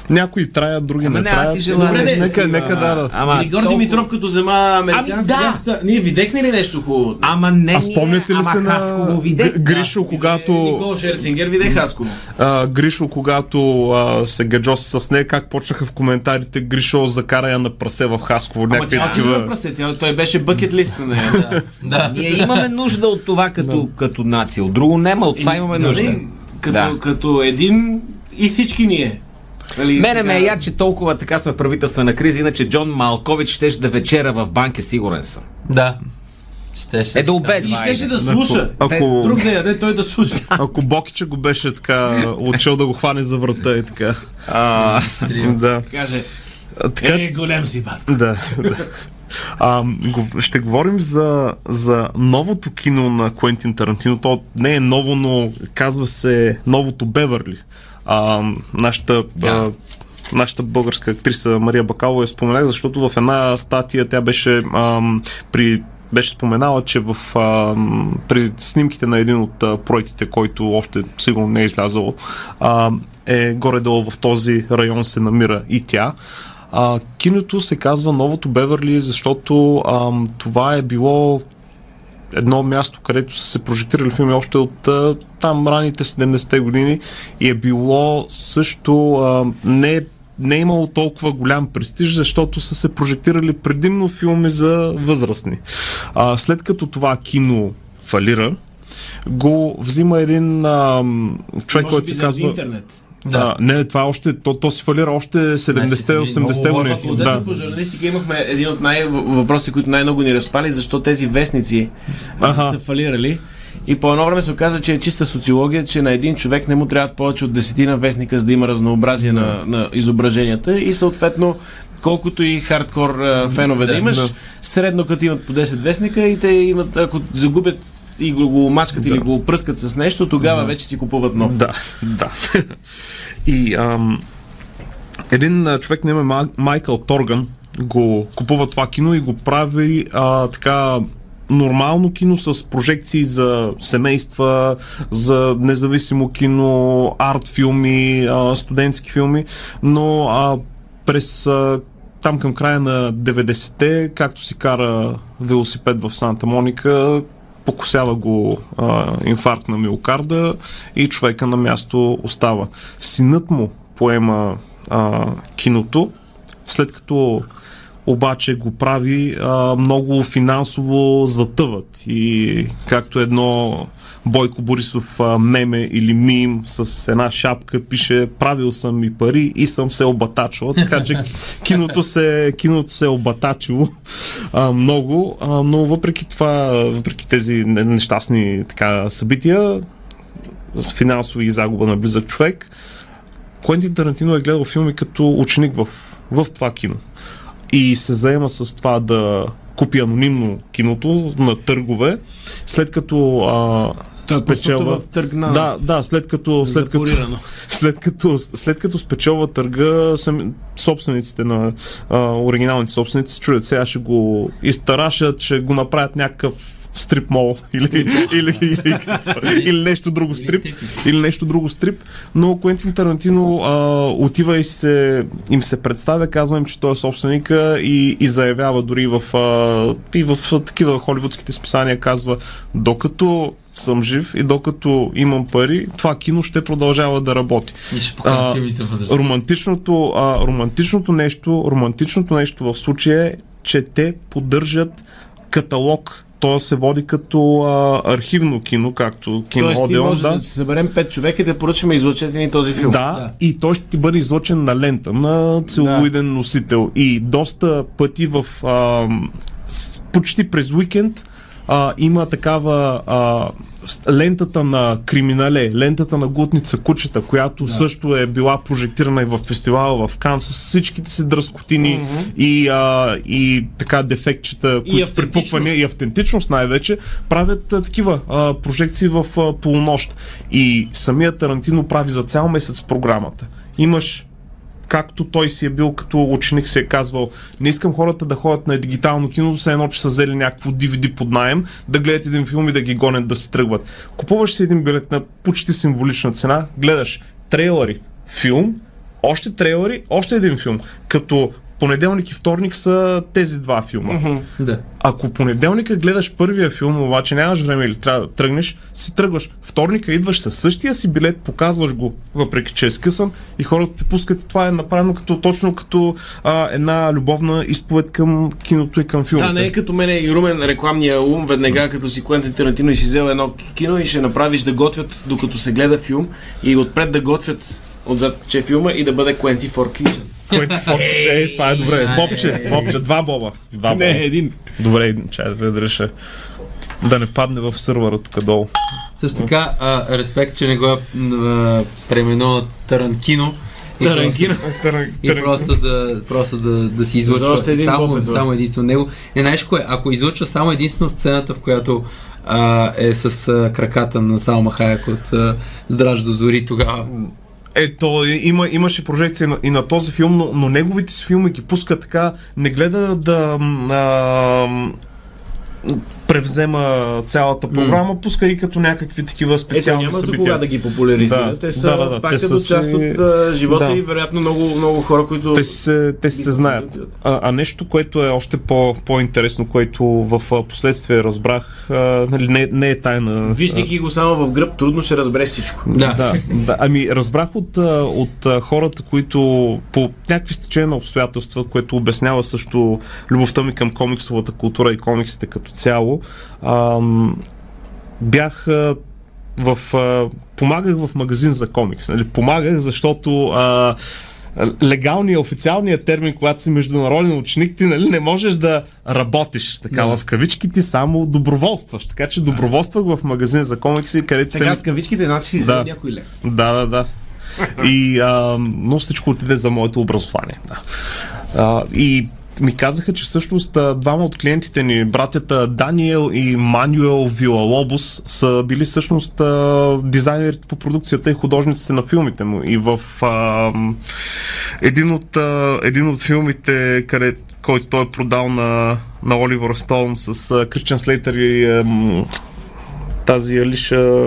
Speaker 5: някои траят, други
Speaker 2: Ама
Speaker 5: не,
Speaker 2: не, аз
Speaker 5: траят.
Speaker 2: си желая
Speaker 5: Добре,
Speaker 3: да си,
Speaker 5: нека,
Speaker 3: а,
Speaker 5: нека да, да.
Speaker 2: Ама,
Speaker 3: Григор
Speaker 2: толкова-
Speaker 3: Димитров като взема американска
Speaker 2: Ами да.
Speaker 3: геста. Ние видехме ли нещо хубаво?
Speaker 2: Ама не,
Speaker 5: А спомняте ли
Speaker 2: ама
Speaker 5: се на
Speaker 2: Хасково виде?
Speaker 5: Г- Гришо, когато...
Speaker 3: Е, Никола Шерцингер виде Хасково.
Speaker 5: а, Гришо, когато а, се гаджоса с нея, как почнаха в коментарите Гришо закара я на прасе в Хасково.
Speaker 3: Ама
Speaker 5: Някакви
Speaker 3: тя отива на
Speaker 5: такива.
Speaker 3: прасе. тя- Той беше нали? бъкет лист на нея.
Speaker 4: Да.
Speaker 2: Ние имаме нужда от това като, като нация. От друго нема, от това имаме
Speaker 3: Нали?
Speaker 2: нужда.
Speaker 3: Като,
Speaker 2: Да.
Speaker 3: като един и всички ние. Нали,
Speaker 2: Мене ме е
Speaker 3: така-
Speaker 2: я, че толкова така сме е правителствена криза, иначе Джон Малкович щеше да вечера в банка, сигурен съм.
Speaker 4: Да. Ще, ще
Speaker 2: Е да
Speaker 3: И
Speaker 2: обедва.
Speaker 3: щеше
Speaker 2: айде.
Speaker 3: да слуша.
Speaker 5: Ако,
Speaker 3: Е, Друг да яде, той да слуша.
Speaker 5: ако Бокича го беше така, отчел да го хване за врата и така.
Speaker 3: е
Speaker 5: А, да.
Speaker 3: Каже,
Speaker 5: А, Така,
Speaker 3: е, голем си, батко.
Speaker 5: Да. да. А, го- ще говорим за, за новото кино на Куентин Тарантино. То не е ново, но казва се новото Беверли. А, нашата, а,
Speaker 2: Да.
Speaker 5: нашата българска актриса Мария Бакалова я споменах, защото в една статия тя беше ам, при беше споменала, че в, а, при снимките на един от а, проектите, който още сигурно не е излязъл, а, е горе-долу в този район се намира и тя. А, киното се казва Новото Беверли, защото а, това е било едно място, където са се прожектирали филми още от а, там ранните 70-те години и е било също а, не не е имало толкова голям престиж, защото са се прожектирали предимно филми за възрастни. А, след като това кино фалира, го взима един а, човек,
Speaker 3: Може
Speaker 5: който
Speaker 3: би
Speaker 5: се
Speaker 3: заради
Speaker 5: казва...
Speaker 3: интернет.
Speaker 5: Да. А, не, това е още, то, то си фалира още 70-те,
Speaker 4: Значи са били
Speaker 5: 80-те
Speaker 4: много
Speaker 5: години.
Speaker 3: Ако да.
Speaker 5: Ами, Да.
Speaker 3: по журналистика имахме един от най-въпросите, които най-много ни разпали, защо тези вестници
Speaker 5: Аха.
Speaker 3: а, са фалирали. И по едно време се оказа, че е чиста социология, че на един човек не му трябват повече от десетина вестника, за да има разнообразие на, на изображенията и съответно колкото и хардкор а, фенове да, имаш,
Speaker 5: да.
Speaker 3: средно като имат по 10 вестника и те имат, ако загубят и го, го мачкат или го опръскат с нещо, тогава вече си купуват нов.
Speaker 5: Да, да. И ам, един а, човек на име Ма- Майкъл Торган го купува това кино и го прави а, така нормално кино с прожекции за семейства, за независимо кино, арт филми, а, студентски филми, но а, през а, там към края на 90-те, както си кара велосипед в Санта Моника, покосява го а, инфаркт на миокарда и човека на място остава. Синът му поема а, киното, след като обаче го прави а, много финансово затъват и както едно Бойко Борисов а, меме или мим с една шапка пише правил съм и пари и съм се обатачвал, така че киното се, киното се е обатачило а, много, а, но въпреки това, въпреки тези не- нещастни така, събития с финансови загуба на близък човек, Куентин Тарантино е гледал филми като ученик в, в това кино. И се заема с това да купи анонимно киното на търгове, след като а,
Speaker 3: Той е пуснато
Speaker 5: спечелва...
Speaker 3: в търг на...
Speaker 5: Да, да, след като, след като,
Speaker 3: Запорирано.
Speaker 5: след като, след като спечелва търга, сами, собствениците на а, оригиналните собственици се чудят, сега ще го изтарашат, ще го направят някакъв стрип мол или, или, или, или нещо друго стрип
Speaker 4: стрип.
Speaker 5: или нещо друго стрип, но Куентин Тарантино а, отива и се, им се представя, казва им, че той е собственика и, и заявява дори в, а, и в такива холивудските списания, казва, докато съм жив и докато имам пари, това кино ще продължава да работи.
Speaker 4: И ще покажа
Speaker 5: А,
Speaker 4: филми за възраст.
Speaker 5: Романтичното, а, романтичното, нещо, романтичното нещо в случая е, че те поддържат каталог. То се води като а, архивно кино, както кино
Speaker 3: Тоест, ти
Speaker 5: Одеон,
Speaker 3: може
Speaker 5: да.
Speaker 3: да се съберем пет човека и да поръчаме излъчете ни този
Speaker 5: Да,
Speaker 3: филм.
Speaker 5: да, и той ще ти бъде излъчен на лента, на целулоиден да. носител. И доста пъти в. А, с, почти през уикенд а, има такава. А, с- лентата на Криминале, лентата на Глутница Кучета, която да. също е била прожектирана и в фестивала в Кан с всичките си дръскотини mm-hmm. и, а, и така дефектчета, които
Speaker 3: автентичност.
Speaker 5: припуквания и автентичност най-вече, правят а, такива а, прожекции в а, полунощ. И самия Тарантино прави за цял месец програмата. Имаш както той си е бил като ученик, си е казвал, не искам хората да ходят на дигитално кино, все едно, че са взели някакво DVD под найем, да гледат един филм и да ги гонят да се тръгват. Купуваш си един билет на почти символична цена, гледаш трейлери, филм, още трейлери, още един филм. Като понеделник и вторник са тези два филма.
Speaker 4: Да.
Speaker 5: Ако понеделника гледаш първия филм, обаче нямаш време или трябва да тръгнеш, си тръгваш. Вторника идваш със същия си билет, показваш го, въпреки че е скъсан и хората те пускат. Това е направено като, точно като а, една любовна изповед към киното и към филмите.
Speaker 3: Да, не е като мене и Румен рекламния ум, веднага като си Куентин Тарантино и си взел едно кино и ще направиш да готвят, докато се гледа филм и отпред да готвят отзад тече филма и да бъде Quentin for Kitchen.
Speaker 5: Който фото. Е, това е добре. Бобче, бобче, два боба. Два боба.
Speaker 3: Не, един.
Speaker 5: Добре, един, чай да ви реша. Да не падне в сървъра тук долу.
Speaker 4: Също така, а, респект, че не го е м, а, преименувал Таранкино. И
Speaker 3: Таранкино.
Speaker 4: И просто да, просто да, да си излъчва
Speaker 3: За още един
Speaker 4: само,
Speaker 3: боб е това.
Speaker 4: само единствено него. Не, знаеш кое? Ако излъчва само единствено сцената, в която а, е с а, краката на Салма Хаяк от а, Драж до дори тогава.
Speaker 5: Е, то е- има, имаше прожекция на, и на този филм, но, но неговите си филми ги пуска така, не гледа да м, а, м, превзема цялата програма, пуска и като някакви такива
Speaker 3: Ето
Speaker 5: специални
Speaker 3: Е, няма за
Speaker 5: събития.
Speaker 3: кога да ги популяризира.
Speaker 5: Да,
Speaker 3: Те са
Speaker 5: да, да, да,
Speaker 3: пак
Speaker 5: те
Speaker 3: като
Speaker 5: са си-
Speaker 3: част от а, живота
Speaker 5: Да.
Speaker 3: и вероятно много, много хора, които...
Speaker 5: Те се, те се знаят. А, а нещо, което е още по, по-интересно, което в а, последствие разбрах, а, нали, не, не е тайна.
Speaker 3: Виждайки го само в гръб, трудно ще разбере всичко.
Speaker 4: Да.
Speaker 5: Да, да. Ами, разбрах от, а, от а, хората, които по някакви стечения на обстоятелства, което обяснява също любовта ми към комиксовата култура и комиксите като цяло, ам, бях а, в. А, помагах в магазин за комикс. Нали? Помагах, защото. А, легалният, официалният термин, когато си международен ученик, ти нали, не можеш да работиш, така в кавички, ти само доброволстваш. Така че доброволствах в магазин за комикси, където те ми
Speaker 3: Така с кавичките, значи си взел
Speaker 5: Да.
Speaker 3: някой лев.
Speaker 5: да, да, да. И, а, но всичко отиде за моето образование. Да. А, и ми казаха, че всъщност а, двама от клиентите ни, братята Даниел и Мануел Вилалобос, са били всъщност а, дизайнерите по продукцията и художниците на филмите му. И в а, един, от, а, един от филмите, къде, който той е продал на, на Оливър Стоун с а, Кричен Слейтър и а, м, тази Алиша...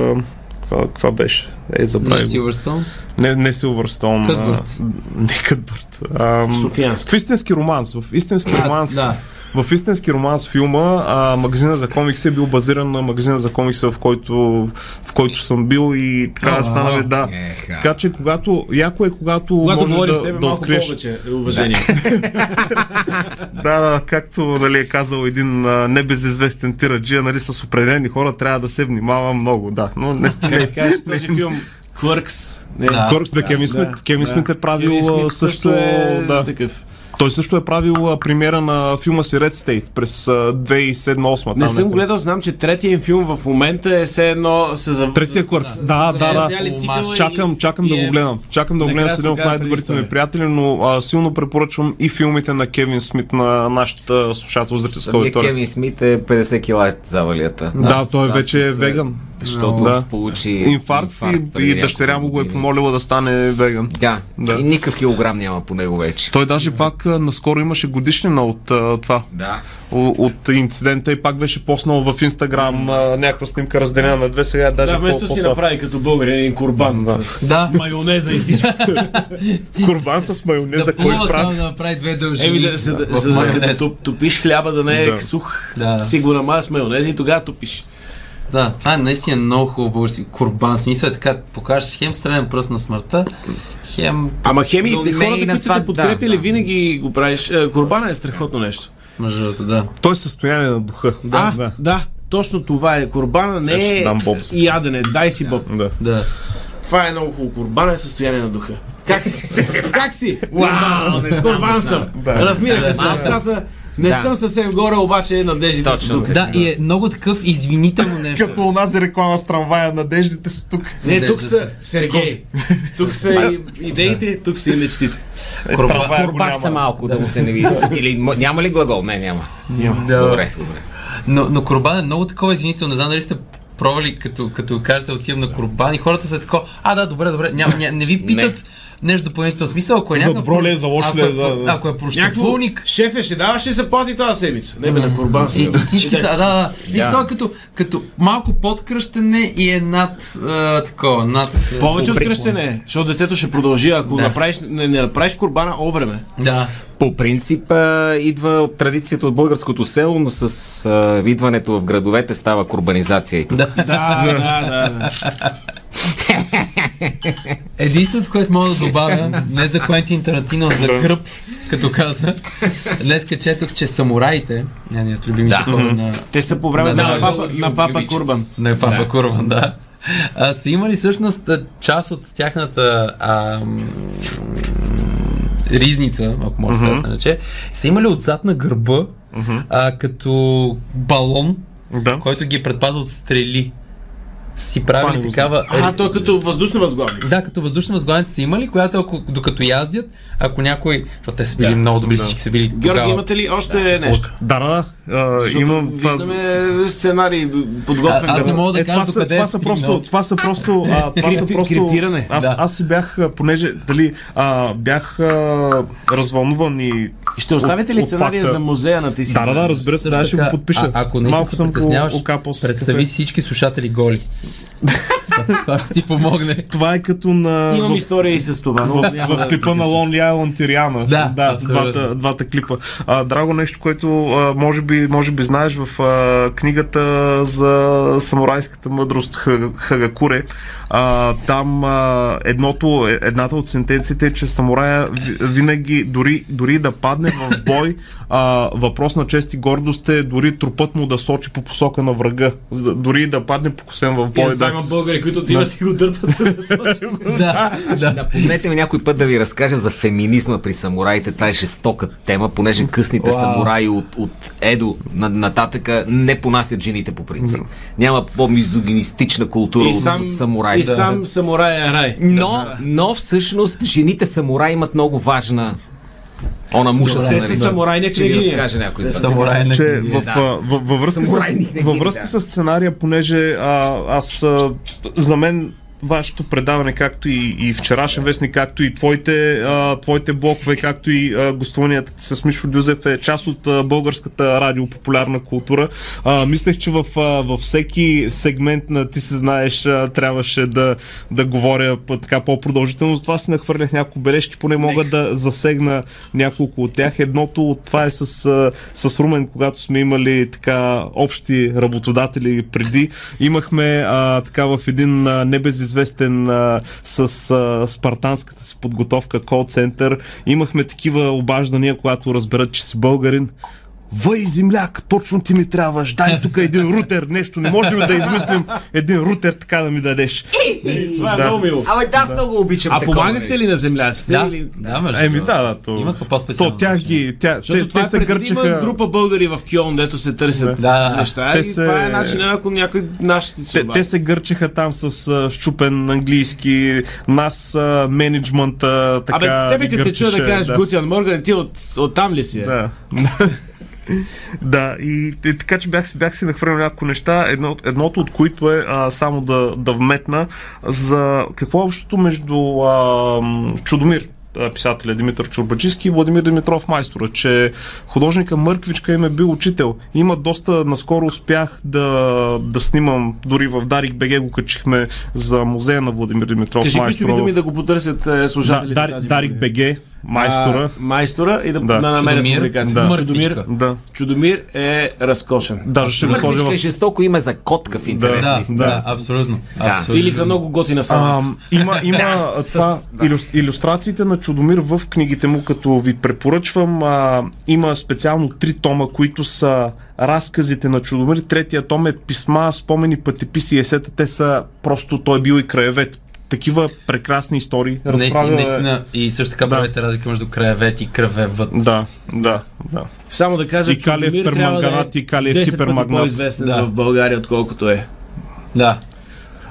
Speaker 5: Каква, каква беше? Е,
Speaker 4: На
Speaker 5: забравих. го.
Speaker 4: Силвърстон.
Speaker 5: Не, не Силвърстоун.
Speaker 4: Кътбърт.
Speaker 5: а, Не Кътбърт. а, м,
Speaker 3: Софиянски.
Speaker 5: В истински романс. В истински романс.
Speaker 4: да.
Speaker 5: В истински романс филма а, магазина за комикси е бил базиран на магазина за комикса, в който, в който съм бил и така
Speaker 4: А,
Speaker 5: да станаме, да.
Speaker 2: еха.
Speaker 5: Така че когато, яко е когато,
Speaker 3: Когато
Speaker 5: можеш
Speaker 3: говорим
Speaker 5: да,
Speaker 3: с теб,
Speaker 5: да
Speaker 3: малко
Speaker 5: откриеш.
Speaker 3: повече уважение.
Speaker 5: Да, да, както нали, е казал един а, небезизвестен тираджия, нали, с определени хора трябва да се внимава много, да. Но не, не,
Speaker 3: Как се казваше този филм? Квъркс. Не,
Speaker 4: Да.
Speaker 5: Къркс, да, Кевин Смит, Кевин Смит е правил
Speaker 3: Кевин Смит
Speaker 5: а, също,
Speaker 3: е
Speaker 5: да.
Speaker 3: такъв.
Speaker 5: Той също е правил а, премиера на филма си Red State през а, 2007-2008. там е
Speaker 3: Не съм
Speaker 5: някъде.
Speaker 3: гледал, знам, че третия им филм в момента е все едно се за...
Speaker 5: Третия курс. Да, да, да.
Speaker 3: завъртяли цикъла и-
Speaker 5: Чакам, чакам да
Speaker 3: и е-
Speaker 5: го гледам. Чакам да го
Speaker 3: накрая
Speaker 5: гледам с един
Speaker 3: се
Speaker 5: от
Speaker 3: оказа
Speaker 5: най-добрите ми
Speaker 3: предистория.
Speaker 5: приятели, но а, силно препоръчвам и филмите на Кевин Смит на нашата слушател зрителска
Speaker 3: Ами,
Speaker 2: Самия
Speaker 5: аудитория.
Speaker 2: Кевин Смит е 50 кила завалията.
Speaker 5: Да, той
Speaker 2: аз
Speaker 5: вече
Speaker 2: съм
Speaker 5: е
Speaker 2: се-
Speaker 5: веган.
Speaker 2: Защото
Speaker 5: Да.
Speaker 2: получи
Speaker 5: Инфаркт и,
Speaker 2: преди
Speaker 5: и дъщеря
Speaker 2: няколко
Speaker 5: му го е
Speaker 2: години.
Speaker 5: помолила да стане веган.
Speaker 2: Да,
Speaker 5: Да.
Speaker 2: и никакъв килограм няма по него вече.
Speaker 5: Той даже пак а, наскоро имаше годишнина от а, това,
Speaker 2: Да.
Speaker 5: о- от инцидента и пак беше поснал в Инстаграм а, някаква снимка разделена на две, сега е даже
Speaker 3: Да, вместо си
Speaker 5: по-посла.
Speaker 3: направи като българин един курбан с
Speaker 4: Да.
Speaker 3: майонеза и всичко.
Speaker 5: Курбан с майонеза,
Speaker 4: Да
Speaker 5: да, кой
Speaker 4: плува там
Speaker 5: прави?
Speaker 4: да направи две дължини.
Speaker 3: Еми, Е, да, за, да,
Speaker 4: в
Speaker 3: за да, като
Speaker 4: майонез.
Speaker 3: туп, тупиш хляба да не е
Speaker 5: Да.
Speaker 3: сух,
Speaker 4: Да.
Speaker 3: си го намаза с майонеза и тогава тупиш.
Speaker 4: Да, това е наистина много хубаво български курбан. В Смисъл е така, покажеш хем среден пръст на смъртта, хем
Speaker 3: Ама хеми,
Speaker 2: Но не и
Speaker 3: хората,
Speaker 2: на
Speaker 3: които
Speaker 2: това-
Speaker 3: са
Speaker 2: да,
Speaker 3: те подкрепили,
Speaker 2: да.
Speaker 3: винаги го правиш. Е, Курбана е страхотно нещо.
Speaker 4: мъжата, да.
Speaker 5: Той е състояние на духа.
Speaker 3: Да, а, да. да. Точно това е. Курбана
Speaker 5: Аз
Speaker 3: не
Speaker 5: ще
Speaker 3: е
Speaker 5: дам боб.
Speaker 3: ядене. Дай си боб.
Speaker 5: да.
Speaker 4: Да.
Speaker 3: Това е много хубаво. Курбана е състояние на духа. Как си? как си? Вау!
Speaker 2: не знам, не
Speaker 3: Курбан
Speaker 2: знам.
Speaker 3: съм. Размираха се
Speaker 2: малко
Speaker 3: нещата. Не
Speaker 2: Да.
Speaker 3: съм съвсем горе, обаче надеждите са
Speaker 2: Точно.
Speaker 3: тук.
Speaker 4: Да, и е много такъв извинително нещо.
Speaker 5: Като онази реклама с трамвая, надеждите са тук.
Speaker 3: Не, тук
Speaker 4: Надеждата.
Speaker 3: са Сергей. Тук са и идеите, тук са и мечтите.
Speaker 5: Е,
Speaker 2: Корба,
Speaker 5: трамвая го
Speaker 2: корбаш
Speaker 5: няма.
Speaker 2: се малко да му се не види. Или м- няма ли глагол? Не, няма.
Speaker 5: Да.
Speaker 2: Добре, добре.
Speaker 4: Но, но Курбан е много такова извинително. Не знам дали сте пробвали, като, като кажете отивам на Курбан и хората са такова, а да, добре, добре, ням, ням, не ви питат нещо допълнително В смисъл, ако е
Speaker 5: За
Speaker 4: някакъв-
Speaker 5: добро ли е, за лошо ли е,
Speaker 4: ако
Speaker 5: да, да.
Speaker 4: Ако
Speaker 3: Някакво
Speaker 4: е прощополник,
Speaker 3: шефе ще даваш ли заплати тази седмица? Не бе, на Курбан
Speaker 4: и,
Speaker 3: съм.
Speaker 4: и всички са, да, да, да. Yeah. като, като малко подкръщане и е над а, такова, над... а,
Speaker 3: Повече от
Speaker 4: обрек-
Speaker 3: кръщене, защото детето ще продължи. Ако
Speaker 4: Да.
Speaker 3: направиш, не, не направиш Курбана, овреме.
Speaker 4: Да.
Speaker 2: По принцип а, идва от традицията от българското село, но с а, идването в градовете става курбанизация. и тук.
Speaker 3: Да, да, да. да.
Speaker 4: Единственото, което мога да добавя, не за Квентин Тарантино, а за кръп, като каза. Днес четох, че самураите, някои от любимите хора на,
Speaker 3: Те са по време
Speaker 4: Да,
Speaker 3: Ами на,
Speaker 4: да,
Speaker 3: папа,
Speaker 4: Ю-
Speaker 3: на папа
Speaker 4: Юбичи.
Speaker 3: Курбан.
Speaker 4: на Папа Курван, да. А, са имали всъщност а, част от тяхната а, м, ризница, ако може mm-hmm. да се нарече, са имали отзад на гърба mm-hmm. а, като балон,
Speaker 5: Да.
Speaker 4: който ги предпазва от стрели. Си правили
Speaker 5: не го
Speaker 4: такава...
Speaker 3: А, то е като въздушна възглавница.
Speaker 4: Да, като въздушна възглавница са имали, която ако, докато яздят, ако някой... Защото те са били да, много добри, да. всички са били
Speaker 3: Георги,
Speaker 4: тогава.
Speaker 3: имате ли още нещо?
Speaker 5: Да, да, да. А,
Speaker 3: Защото
Speaker 5: имам
Speaker 3: Виждаме сценарий, подготвен.
Speaker 4: А- аз не
Speaker 3: към-
Speaker 4: мога да кажа
Speaker 5: това, са,
Speaker 4: докъде
Speaker 5: това,
Speaker 4: е
Speaker 5: са просто,
Speaker 4: стигнал.
Speaker 5: това са просто, а, това са
Speaker 3: Крипти-
Speaker 5: просто
Speaker 3: криптиране.
Speaker 5: Аз,
Speaker 4: Да.
Speaker 5: аз си бях, а, понеже, дали, а, бях а, развълнуван и...
Speaker 3: И Ще оставите ли
Speaker 5: от- от
Speaker 3: сценария
Speaker 5: факта-
Speaker 3: за музея на ти си?
Speaker 5: Да, да, да,
Speaker 3: знаеш?
Speaker 5: разбира се,
Speaker 4: Също
Speaker 5: да, ще го
Speaker 4: така,
Speaker 5: подпиша.
Speaker 4: А, ако не
Speaker 5: Малко
Speaker 4: се
Speaker 5: съм
Speaker 4: притесняваш,
Speaker 5: по окапал с
Speaker 4: представи
Speaker 5: кафе.
Speaker 4: всички слушатели голи. това ще ти помогне.
Speaker 5: Това е като на...
Speaker 3: Имам
Speaker 5: в-
Speaker 3: история и с това. но
Speaker 5: в,
Speaker 3: няма
Speaker 5: в
Speaker 3: да-
Speaker 5: клипа на Lonely Island и Риана.
Speaker 4: Да,
Speaker 5: да
Speaker 4: абсолютно.
Speaker 5: двата, двата клипа. А, драго, нещо, което а, може, би, може би знаеш в а, книгата за самурайската мъдрост Ха- Хагакуре. А, там а, едното, е- едната от сентенциите е, че самурая ви- винаги, дори, дори да падне в бой, а, въпрос на чест и гордост е дори трупът му да сочи по посока на врага. За- Дори да падне покосен в
Speaker 7: И
Speaker 5: бой.
Speaker 7: затова
Speaker 5: Да.
Speaker 7: има българи, които отиват и го дърпат. за да сложи.
Speaker 4: да, да.
Speaker 2: Напомнете ми някой път да ви разкажа за феминизма при самураите. Това е жестока тема, понеже късните
Speaker 4: Уау.
Speaker 2: самураи от, от Едо на, нататъка не понасят жените по принцип. Няма по-мизогинистична култура
Speaker 3: И сам,
Speaker 2: от самурай.
Speaker 3: и сам самурай е рай.
Speaker 2: Но, но всъщност жените самураи имат много важна Она муша
Speaker 3: Те
Speaker 2: се
Speaker 3: са
Speaker 2: нарича.
Speaker 3: самураи, не е.
Speaker 2: Ще ви
Speaker 3: княгиня.
Speaker 2: разкаже някой път.
Speaker 4: Самурай на
Speaker 5: че
Speaker 4: книги.
Speaker 5: в, а, в, във връзка, с,
Speaker 2: Самурай, не, не,
Speaker 5: във
Speaker 2: не,
Speaker 5: връзка
Speaker 2: да.
Speaker 5: с сценария, понеже а, аз а, за мен вашето предаване, както и, и вчерашен вестник, както и твоите, а, твоите блокове, както и а, гостуванията ти с Мишо Дюзев е част от а, българската радиопопулярна култура. А, мислех, че в, а, във всеки сегмент на Ти се знаеш а, трябваше да, да говоря по- така по-продължително. Затова си нахвърлях няколко бележки, поне мога да засегна няколко от тях. Едното от това е с, а, с Румен, когато сме имали така общи работодатели преди. Имахме а, така в един а, небезизвестен а, с а, спартанската си подготовка кол-център. Имахме такива обаждания, когато разберат, че си българин. Въй, земляк, точно ти ми трябваш. Дай тук един рутер, нещо. Не може ли да измислим един рутер така да ми дадеш?
Speaker 3: Това е
Speaker 5: Да.
Speaker 3: много мило.
Speaker 2: Абе, да, аз много обичам
Speaker 3: А
Speaker 2: такова
Speaker 3: помагахте
Speaker 2: нещо.
Speaker 3: ли на земляците?
Speaker 4: Да,
Speaker 3: или-
Speaker 4: да, между
Speaker 3: Ами
Speaker 5: Еми
Speaker 4: другото.
Speaker 5: Ами да, да. То,
Speaker 4: Имаха по-специално
Speaker 5: То тях ги, тя,
Speaker 3: Защото
Speaker 5: те,
Speaker 3: това
Speaker 5: те
Speaker 3: е
Speaker 5: се
Speaker 3: преди да
Speaker 5: гърчеха.
Speaker 3: има група българи в Кьон, дето се търсят
Speaker 4: Да.
Speaker 3: неща.
Speaker 5: Те
Speaker 3: и
Speaker 5: се-
Speaker 3: това е начинът, ако някой нашите се
Speaker 5: Те,
Speaker 3: обади.
Speaker 5: те се гърчеха там с а, щупен английски, нас а, менеджмента
Speaker 3: Абе,
Speaker 5: така
Speaker 3: тебе
Speaker 5: ги
Speaker 3: като те чуя да
Speaker 5: гърчеше,
Speaker 3: кажеш Гутиан Морган, ти от, от там ли си? е?
Speaker 5: Да. да, и, и така, че бях, си- бях си нахвърлил няколко неща, едно, едното от които е а, само да, да вметна за какво е общото между а, м, Чудомир а, писателя Димитър Чурбачиски и Владимир Димитров Майстора, че художника Мърквичка им е бил учител. Има доста, наскоро успях да, да снимам, дори в Дарик БГ го качихме за музея на Владимир Димитров
Speaker 3: Кажи ключови
Speaker 5: Майстора.
Speaker 3: думи
Speaker 5: в-
Speaker 3: да го потърсят е,
Speaker 5: да,
Speaker 3: служателите.
Speaker 5: Дарик,
Speaker 3: тази
Speaker 5: Дарик
Speaker 3: година.
Speaker 5: БГ, Майстора.
Speaker 3: А, майстора и да,
Speaker 5: Да.
Speaker 3: да. да намерят
Speaker 4: Чудомир.
Speaker 3: публикация.
Speaker 4: Да.
Speaker 3: Чудомир,
Speaker 4: Мърквичка.
Speaker 5: да.
Speaker 3: Чудомир е разкошен.
Speaker 5: Даже ще го сложа
Speaker 2: Мъртвичка
Speaker 5: в
Speaker 2: е жестоко име за котка в интерес на
Speaker 4: Да,
Speaker 2: истината.
Speaker 4: да, абсолютно. абсолютно.
Speaker 3: Или за много готина
Speaker 5: А,
Speaker 3: само.
Speaker 5: има има а, това, илюс, иллюстрациите на Чудомир в книгите му, като ви препоръчвам, а, има специално три тома, които са разказите на Чудомир. Третия том е писма, спомени, пътеписи и есета. Те са просто, той е бил и краевед. Такива прекрасни истории.
Speaker 4: Наистина,
Speaker 5: Разправя е-
Speaker 4: наистина. И също така
Speaker 5: Да.
Speaker 4: правите разлика между краевет и кръвевът.
Speaker 5: Да, да, да.
Speaker 3: Само да кажа,
Speaker 5: И калиев
Speaker 3: Чудомир трябва да е
Speaker 5: перманганат, и калиев
Speaker 3: 10 пъти
Speaker 5: хипермагнат.
Speaker 3: по-известен
Speaker 4: Да.
Speaker 3: в България, отколкото е.
Speaker 4: Да.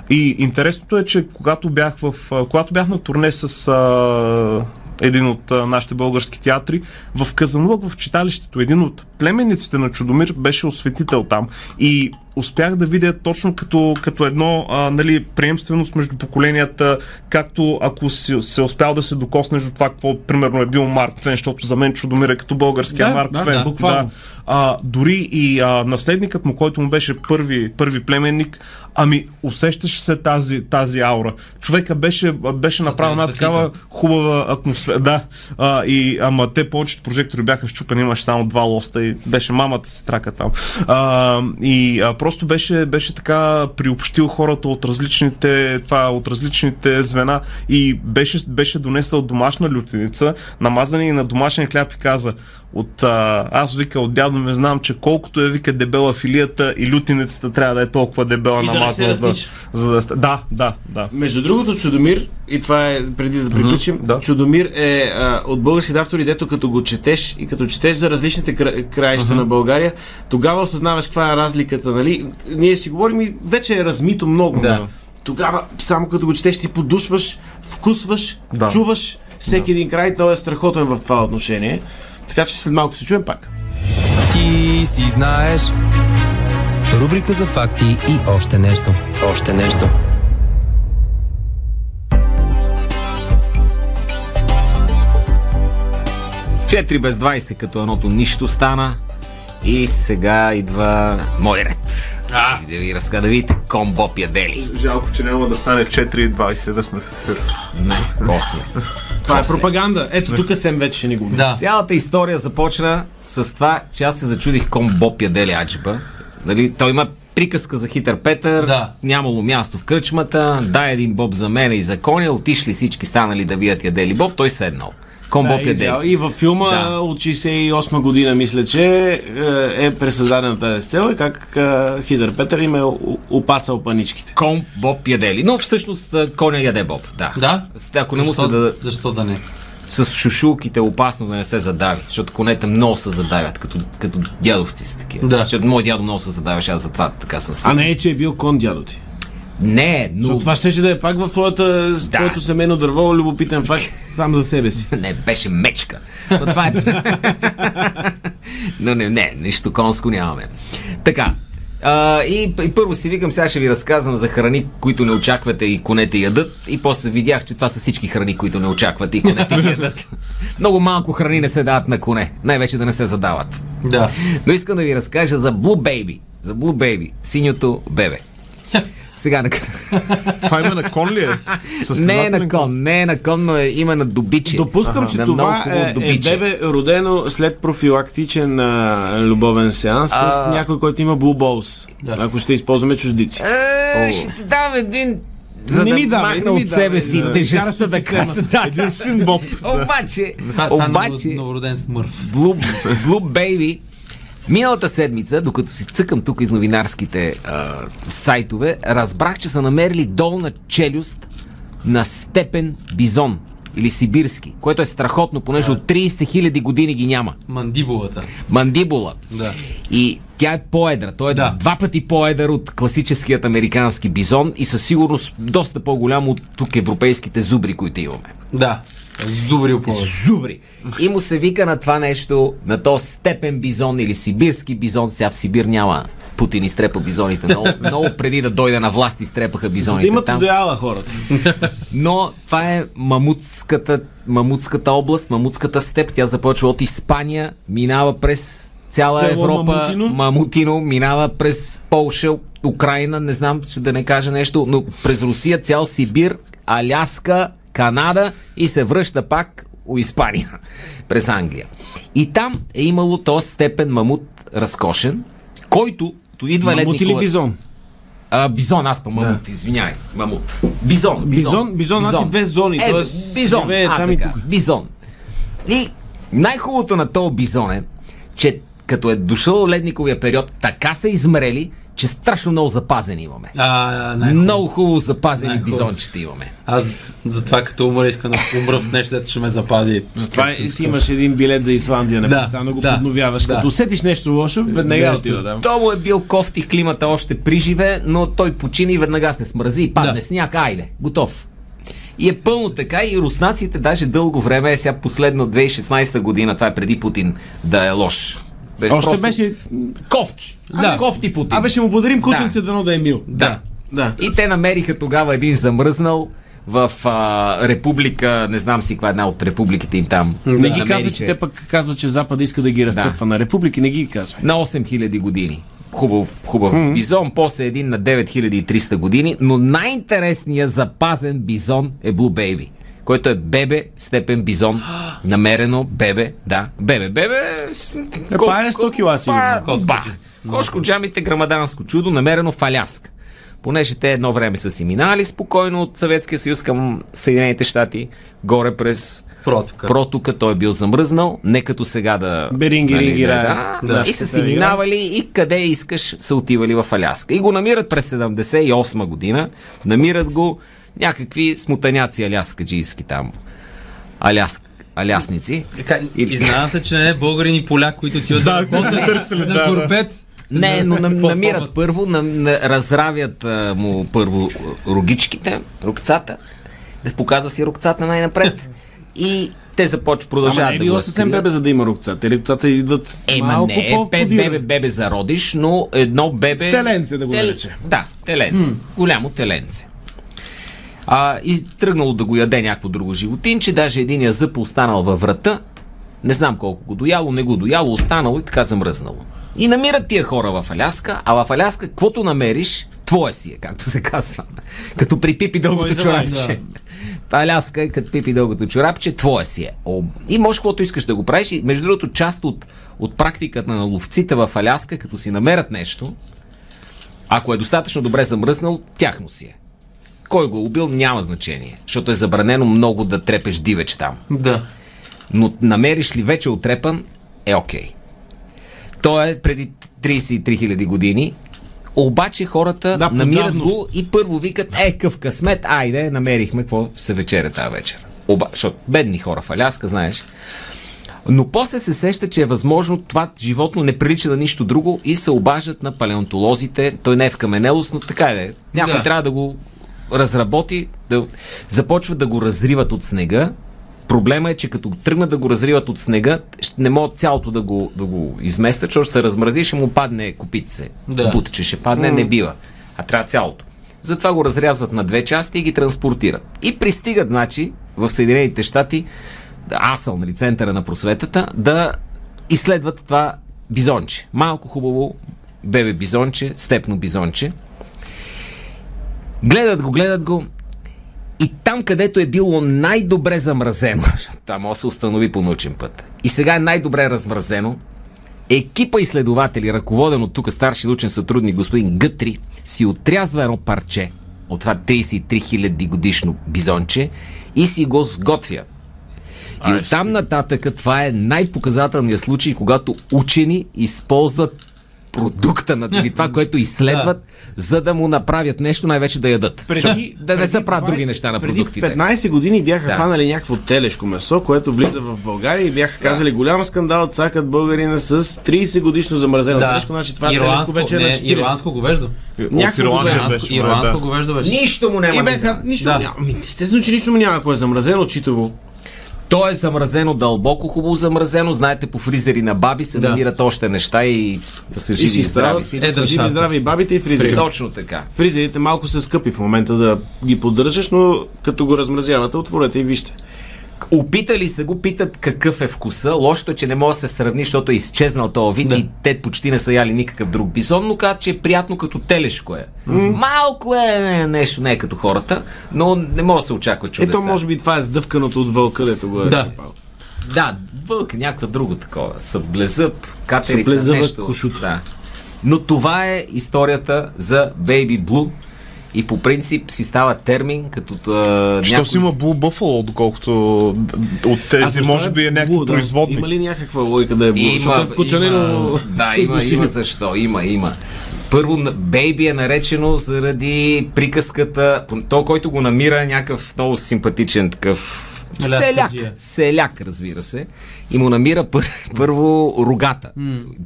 Speaker 5: И интересното е, че когато бях, в, а, когато бях на турне с а, един от а, нашите български театри, в Казанлък, в читалището, един от племениците на Чудомир беше осветител там. И успях да видя точно като, като едно а, нали, приемственост между поколенията, както ако си, се успял да се докоснеш до това, какво примерно е бил Марк Твен, защото за мен Чудомир е като българския
Speaker 3: Да,
Speaker 5: Марк
Speaker 3: да,
Speaker 5: Твен.
Speaker 3: да, буквално.
Speaker 5: А, дори и а, наследникът му, който му беше първи, първи племенник, ами усещаше се тази, тази аура. Човека беше, беше направил една
Speaker 4: светлина.
Speaker 5: такава хубава атмосфера. Да, а, и, ама те повечето прожектори бяха щупени, имаше само два лоста и беше мамата сестрака там. А, и а, просто беше, беше така приобщил хората от различните, това, от различните звена и беше, беше донесъл домашна лютеница, намазани на домашен хляб и каза от, а, аз вика от дядо ме знам, че колкото е вика дебела филията и лютиницата трябва да е толкова дебела
Speaker 7: И да не се
Speaker 5: намазана.
Speaker 7: разтича.
Speaker 5: за да, ста- да, да, да.
Speaker 3: Между другото, Чудомир, и това е преди да приключим,
Speaker 5: да.
Speaker 3: Чудомир е а, от българските автори, дето като го четеш и като четеш за различните кра- краища на България, тогава осъзнаваш каква е разликата, нали? Ние си говорим и вече е размито много.
Speaker 4: Да.
Speaker 3: но Тогава, само като го четеш, ти подушваш, вкусваш,
Speaker 5: Да.
Speaker 3: чуваш всеки един край, той е страхотен в това отношение. Така че след малко се чуем пак.
Speaker 1: Ти си знаеш. Рубрика за факти и още нещо. Още нещо.
Speaker 2: Четири без 20 като едното нищо стана. И сега идва мой ред. А. Да ви разка да видите комбо пядели.
Speaker 5: Жалко, че няма да стане 4,20 да сме в ефир.
Speaker 2: Не, после.
Speaker 3: Това е пропаганда. Ето тук Сем вече ще ни губи.
Speaker 4: Да.
Speaker 2: Цялата история започна с това, че аз се зачудих комбо пядели аджипа. Нали, той има приказка за хитър Петър,
Speaker 4: Да.
Speaker 2: нямало място в кръчмата, дай един боб за мене и за коня, отишли всички станали да вият ядели боб, той седнал. Комбо
Speaker 3: Да, изял.
Speaker 2: пядели.
Speaker 3: И във филма
Speaker 2: е Да.
Speaker 3: да. от 68 година, мисля, че е, е пресъздадена тази сцена, как е, Хидър Петър им е о- опасал паничките.
Speaker 2: Ком боб ядели. Но всъщност а, коня яде боб. Да.
Speaker 4: Да?
Speaker 2: С- Ако не му се
Speaker 4: Защо,
Speaker 2: да,
Speaker 4: защо да не?
Speaker 2: с шушулките е опасно да не се задави, защото конете много се задавят, като, като дядовци са такива.
Speaker 4: Да.
Speaker 2: Защото мой дядо много се задаваше, аз затова така съм
Speaker 3: А
Speaker 2: сигурен.
Speaker 3: не е, че е бил кон дядо ти.
Speaker 2: Не, но
Speaker 3: Защото това ще да е пак в твоята, да.
Speaker 2: Да.
Speaker 3: твоето семейно дърво, любопитен факт сам за себе си.
Speaker 2: не, беше мечка. Но това е... Но не, не, нищо конско нямаме. Така, а, и, и първо си викам, сега ще ви разказвам за храни, които не очаквате и конете ядат. И после видях, че това са всички храни, които не очаквате и конете ядат. Много малко храни не се дават на коне. Най-вече да не се задават.
Speaker 4: Да.
Speaker 2: Но искам да ви разкажа за Blue Baby. За Blue Baby. Синьото бебе. Сега на...
Speaker 5: Това име на кон ли е?
Speaker 2: Не е
Speaker 5: Състезателен
Speaker 2: на кон, не е на кон, но е, има на добиче.
Speaker 3: Допускам, че
Speaker 2: На много
Speaker 3: това
Speaker 2: хубаво
Speaker 3: е, е
Speaker 2: добиче.
Speaker 3: бебе родено след профилактичен а, любовен сеанс а... с някой, който има Blue Balls. Да. Ако ще използваме чуждици.
Speaker 2: Е, ще ти дам един... За
Speaker 3: Не
Speaker 2: да
Speaker 3: ми давай,
Speaker 2: махна
Speaker 3: не ми
Speaker 2: от себе
Speaker 3: давай,
Speaker 2: си
Speaker 3: да. Вкараш
Speaker 2: тежестта
Speaker 3: от
Speaker 2: да
Speaker 3: системата.
Speaker 2: кажа. Да,
Speaker 5: Един син Боб.
Speaker 2: Обаче,
Speaker 4: Това, това е
Speaker 2: обаче,
Speaker 4: ново- новороден смърв.
Speaker 2: Blue, Blue Baby. Миналата седмица, докато си цъкам тук из новинарските а, сайтове, разбрах, че са намерили долна челюст на степен бизон или сибирски, което е страхотно, понеже от 30 000 години ги няма.
Speaker 4: Мандибулата.
Speaker 2: Мандибула.
Speaker 4: Да.
Speaker 2: И тя е по-едра. Той е
Speaker 4: Да.
Speaker 2: да. два пъти по-едър от класическият американски бизон и със сигурност доста по-голям от тук европейските зубри, които имаме.
Speaker 4: Да. Зубрил повече.
Speaker 2: Зубри. И му се вика на това нещо, на то степен бизон или сибирски бизон. Сега в Сибир няма Путин изтрепа бизоните. Много, много преди да дойде на власт изтрепаха
Speaker 3: За
Speaker 2: бизоните
Speaker 3: да имат
Speaker 2: там.
Speaker 3: идеала хората.
Speaker 2: Но това е мамутската, мамутската област, мамутската степ. Тя започва от Испания, минава през цяла
Speaker 3: Село
Speaker 2: Европа.
Speaker 3: Мамутино.
Speaker 2: Мамутино, минава през Полша, Украина, не знам, ще да не кажа нещо, но през Русия, цял Сибир, Аляска, Канада и се връща пак у Испания, през Англия. И там е имало този степен мамут разкошен, който то идва
Speaker 3: Мамут или
Speaker 2: ледниковата-
Speaker 3: бизон?
Speaker 2: а, бизон, аз па мамут, да. извинявай. Мамут. Бизон.
Speaker 3: Бизон- бизон, значи две зони,
Speaker 2: Е,
Speaker 3: тоест
Speaker 2: бизон.
Speaker 3: живее
Speaker 2: а,
Speaker 3: там и
Speaker 2: така.
Speaker 3: тук.
Speaker 2: Бизон. И най-хубавото на този бизон е, че като е дошъл ледниковия период, така са измрели, че страшно много запазени имаме.
Speaker 4: А, най-
Speaker 2: Много хубаво запазени
Speaker 4: Най-хубаво.
Speaker 2: бизончета имаме.
Speaker 4: Аз затова като умра искам да умра в нещо, дето ще ме запази.
Speaker 3: Затова е- си имаш един билет за Исландия, непрестанно го
Speaker 4: да,
Speaker 3: подновяваш.
Speaker 4: да.
Speaker 3: Като усетиш нещо лошо, веднага отива там.
Speaker 2: Той му е бил кофти климата още при живе, но той почини и веднага се смрази и падне
Speaker 4: Да.
Speaker 2: да. сняг. Айде, готов. И е пълно така и руснаците даже дълго време, е сега последно 2016 година, това е преди Путин да е лош. Бе,
Speaker 3: Още беше...
Speaker 2: кофти.
Speaker 4: Да.
Speaker 2: Да. Кофти Путин.
Speaker 3: Абе ще му благодарим кученце, дано да е мил.
Speaker 4: Да.
Speaker 3: Да.
Speaker 2: И те намериха тогава един замръзнал в а, република, не знам си каква е една от републиките им там.
Speaker 3: Не ги
Speaker 2: Намериха
Speaker 3: казва, че те пък казват, че Запада иска да ги разцепва на републики, не ги казва.
Speaker 2: на 8000 години. Хубав, хубав mm-hmm. бизон, после един на 9300 години, но най-интересният запазен бизон е Blue Baby, който е бебе степен бизон. Намерено бебе, да. Бебе, бебе... с-
Speaker 3: Е, па е 100 кила сигурно.
Speaker 2: Па, ба. Кошко джамите грамаданско чудо, намерено в Аляска. Понеже те едно време са си минали спокойно от Съветския съюз към Съединените щати, горе през
Speaker 4: Протока.
Speaker 2: протока, той е бил замръзнал, не като сега да...
Speaker 3: Беринги
Speaker 2: нали,
Speaker 3: ринги
Speaker 2: да,
Speaker 3: рая.
Speaker 2: да,
Speaker 3: Да.
Speaker 2: И са си минавали и къде искаш са отивали в Аляска. И го намират през 78 година, намират го някакви смутаняци аляскаджийски там. Аляск, алясници. Или-
Speaker 4: Изнавам се, че не е българин и поляк, които отиват да, да
Speaker 5: са търсили, да,
Speaker 4: на
Speaker 5: да.
Speaker 4: горбет.
Speaker 2: Не, но нам,
Speaker 4: Какво
Speaker 2: намират
Speaker 4: пробват?
Speaker 2: първо, на, на, разравят а, му първо а, рогичките, рукцата, да показва си рукцата най-напред. И те започват,
Speaker 3: Ама
Speaker 2: продължават
Speaker 3: не е
Speaker 2: да го
Speaker 3: било съвсем
Speaker 2: разкриват.
Speaker 3: бебе, за да има рукца. Те рукцата идват
Speaker 2: Ема
Speaker 3: малко
Speaker 2: не е пет
Speaker 3: по-подир.
Speaker 2: бебе, бебе зародиш, но едно бебе...
Speaker 3: Теленце да го
Speaker 2: Тел-
Speaker 3: нарече.
Speaker 2: Да, теленце. Голямо теленце. А, и тръгнало да го яде някакво друго животинче, даже един я зъб е останал във врата, не знам колко го дояло, не го дояло, останало и така замръзнало. И намират тия хора в Аляска, а в Аляска, каквото намериш, твое си е, както се казва. Като при Пипи дългото чорапче. Аляска е като Пипи дългото чорапче, твое си е. О, и можеш каквото искаш да го правиш. И, между другото, част от, от практиката на ловците в Аляска, като си намерят нещо, ако е достатъчно добре замръзнал, тяхно си е. Кой го е убил, няма значение, защото е забранено много да трепеш дивеч там.
Speaker 4: Да.
Speaker 2: Но намериш ли вече отрепан, е окей. Той е преди 33 000 години, обаче хората
Speaker 3: Да,
Speaker 2: да,
Speaker 3: по
Speaker 2: намират
Speaker 3: давност.
Speaker 2: го и първо викат, е, къв късмет, айде, намерихме какво ще се вечеря тази вечер. Оба, защото бедни хора в Аляска, знаеш. Но после се сеща, че е възможно това животно не прилича на нищо друго и се обаждат на палеонтолозите. Той не е в каменелост, но така е. Някой
Speaker 4: Да.
Speaker 2: да. трябва да го разработи, да започват да го разриват от снега. Проблема е, че като тръгнат да го разриват от снега, ще не могат цялото да го, да го изместят, защото ще се размрази, ще му падне копитце.
Speaker 4: Да.
Speaker 2: Да. Бутче ще падне, не бива. А трябва цялото. Затова го разрязват на две части и ги транспортират. И пристигат, значи, в Съединените щати, Асъл, нали, центъра на просветата, да изследват това бизонче. Малко хубаво бебе бизонче, степно бизонче. Гледат го, гледат го. И там, където е било най-добре замразено, защото там може да се установи по научен път, и сега е най-добре размразено, екипа изследователи, ръководен от тук старши научен сътрудник господин Гътри, си отрязва едно парче от това 33 000 годишно бизонче и си го сготвя. И оттам нататък това е най-показателният случай, когато учени използват продукта на или това, което изследват, за да му направят нещо, най-вече да ядат. Преди, е- да не се правят други неща на продуктите.
Speaker 3: Преди 15 години бяха
Speaker 2: Да.
Speaker 3: хванали някакво телешко месо, което влиза в България и бяха казали голям скандал, цакат българина с 30 годишно замразено телешко, значи това телешко
Speaker 4: ирландско,
Speaker 3: вече е
Speaker 4: не,
Speaker 3: на 40.
Speaker 4: ирландско говеждо.
Speaker 5: От
Speaker 3: Някакво
Speaker 5: Ирландия
Speaker 3: говеждо.
Speaker 5: беше,
Speaker 4: Ирландско,
Speaker 5: май, да.
Speaker 4: ирландско говеждо беше.
Speaker 2: Нищо му
Speaker 3: И
Speaker 2: няма. да
Speaker 3: бяха,
Speaker 2: знае.
Speaker 3: нищо
Speaker 4: Да.
Speaker 3: няма. Ами, Естествено, че нищо му няма, ако е замразено, читаво.
Speaker 2: То е замразено дълбоко, хубаво замразено. Знаете, по фризери на баби се
Speaker 4: Да.
Speaker 2: намират още неща и с- да са
Speaker 3: И
Speaker 2: живи
Speaker 3: си
Speaker 2: и здрави.
Speaker 3: здрави, си
Speaker 2: си.
Speaker 4: Е, да,
Speaker 3: да живи
Speaker 4: да.
Speaker 3: здрави и бабите и фризерите.
Speaker 2: Точно така.
Speaker 3: Фризерите малко са скъпи в момента да ги поддържаш, но като го размразявате, отворете и вижте.
Speaker 2: Опитали се го, питат какъв е вкуса. Лошото е, че не може да се сравни, защото е изчезнал този вид да. и те почти не са яли никакъв друг бизон, но казват, че е приятно като телешко е. Малко е не, нещо, не е като хората, но не може да се очаква чудеса.
Speaker 3: Ето, може би това е сдъвканото от вълка, дето го е.
Speaker 4: Да.
Speaker 3: напал.
Speaker 2: Да, вълк, някаква друго такова. Съблезъб, катерица,
Speaker 3: Съблезъбът
Speaker 2: нещо.
Speaker 3: кошут.
Speaker 2: Да. Но това е историята за Baby Blue. И по принцип си става термин, като а,
Speaker 5: Що си има Blue Buffalo, доколкото д- д- от
Speaker 3: А
Speaker 5: тези,
Speaker 3: защо
Speaker 5: може би е
Speaker 3: блу,
Speaker 5: някакви
Speaker 3: да? Има
Speaker 5: производни.
Speaker 3: ли някаква логика да е блуд? Защото е
Speaker 2: Има,
Speaker 3: в кучелено...
Speaker 2: има, да, има, има защо, има, има. Първо, на- Бейби е наречено заради приказката, то, който го намира е някакъв много симпатичен такъв
Speaker 4: Беляска
Speaker 2: селяк,
Speaker 4: джия.
Speaker 2: селяк, разбира се, и му намира пър, първо рогата.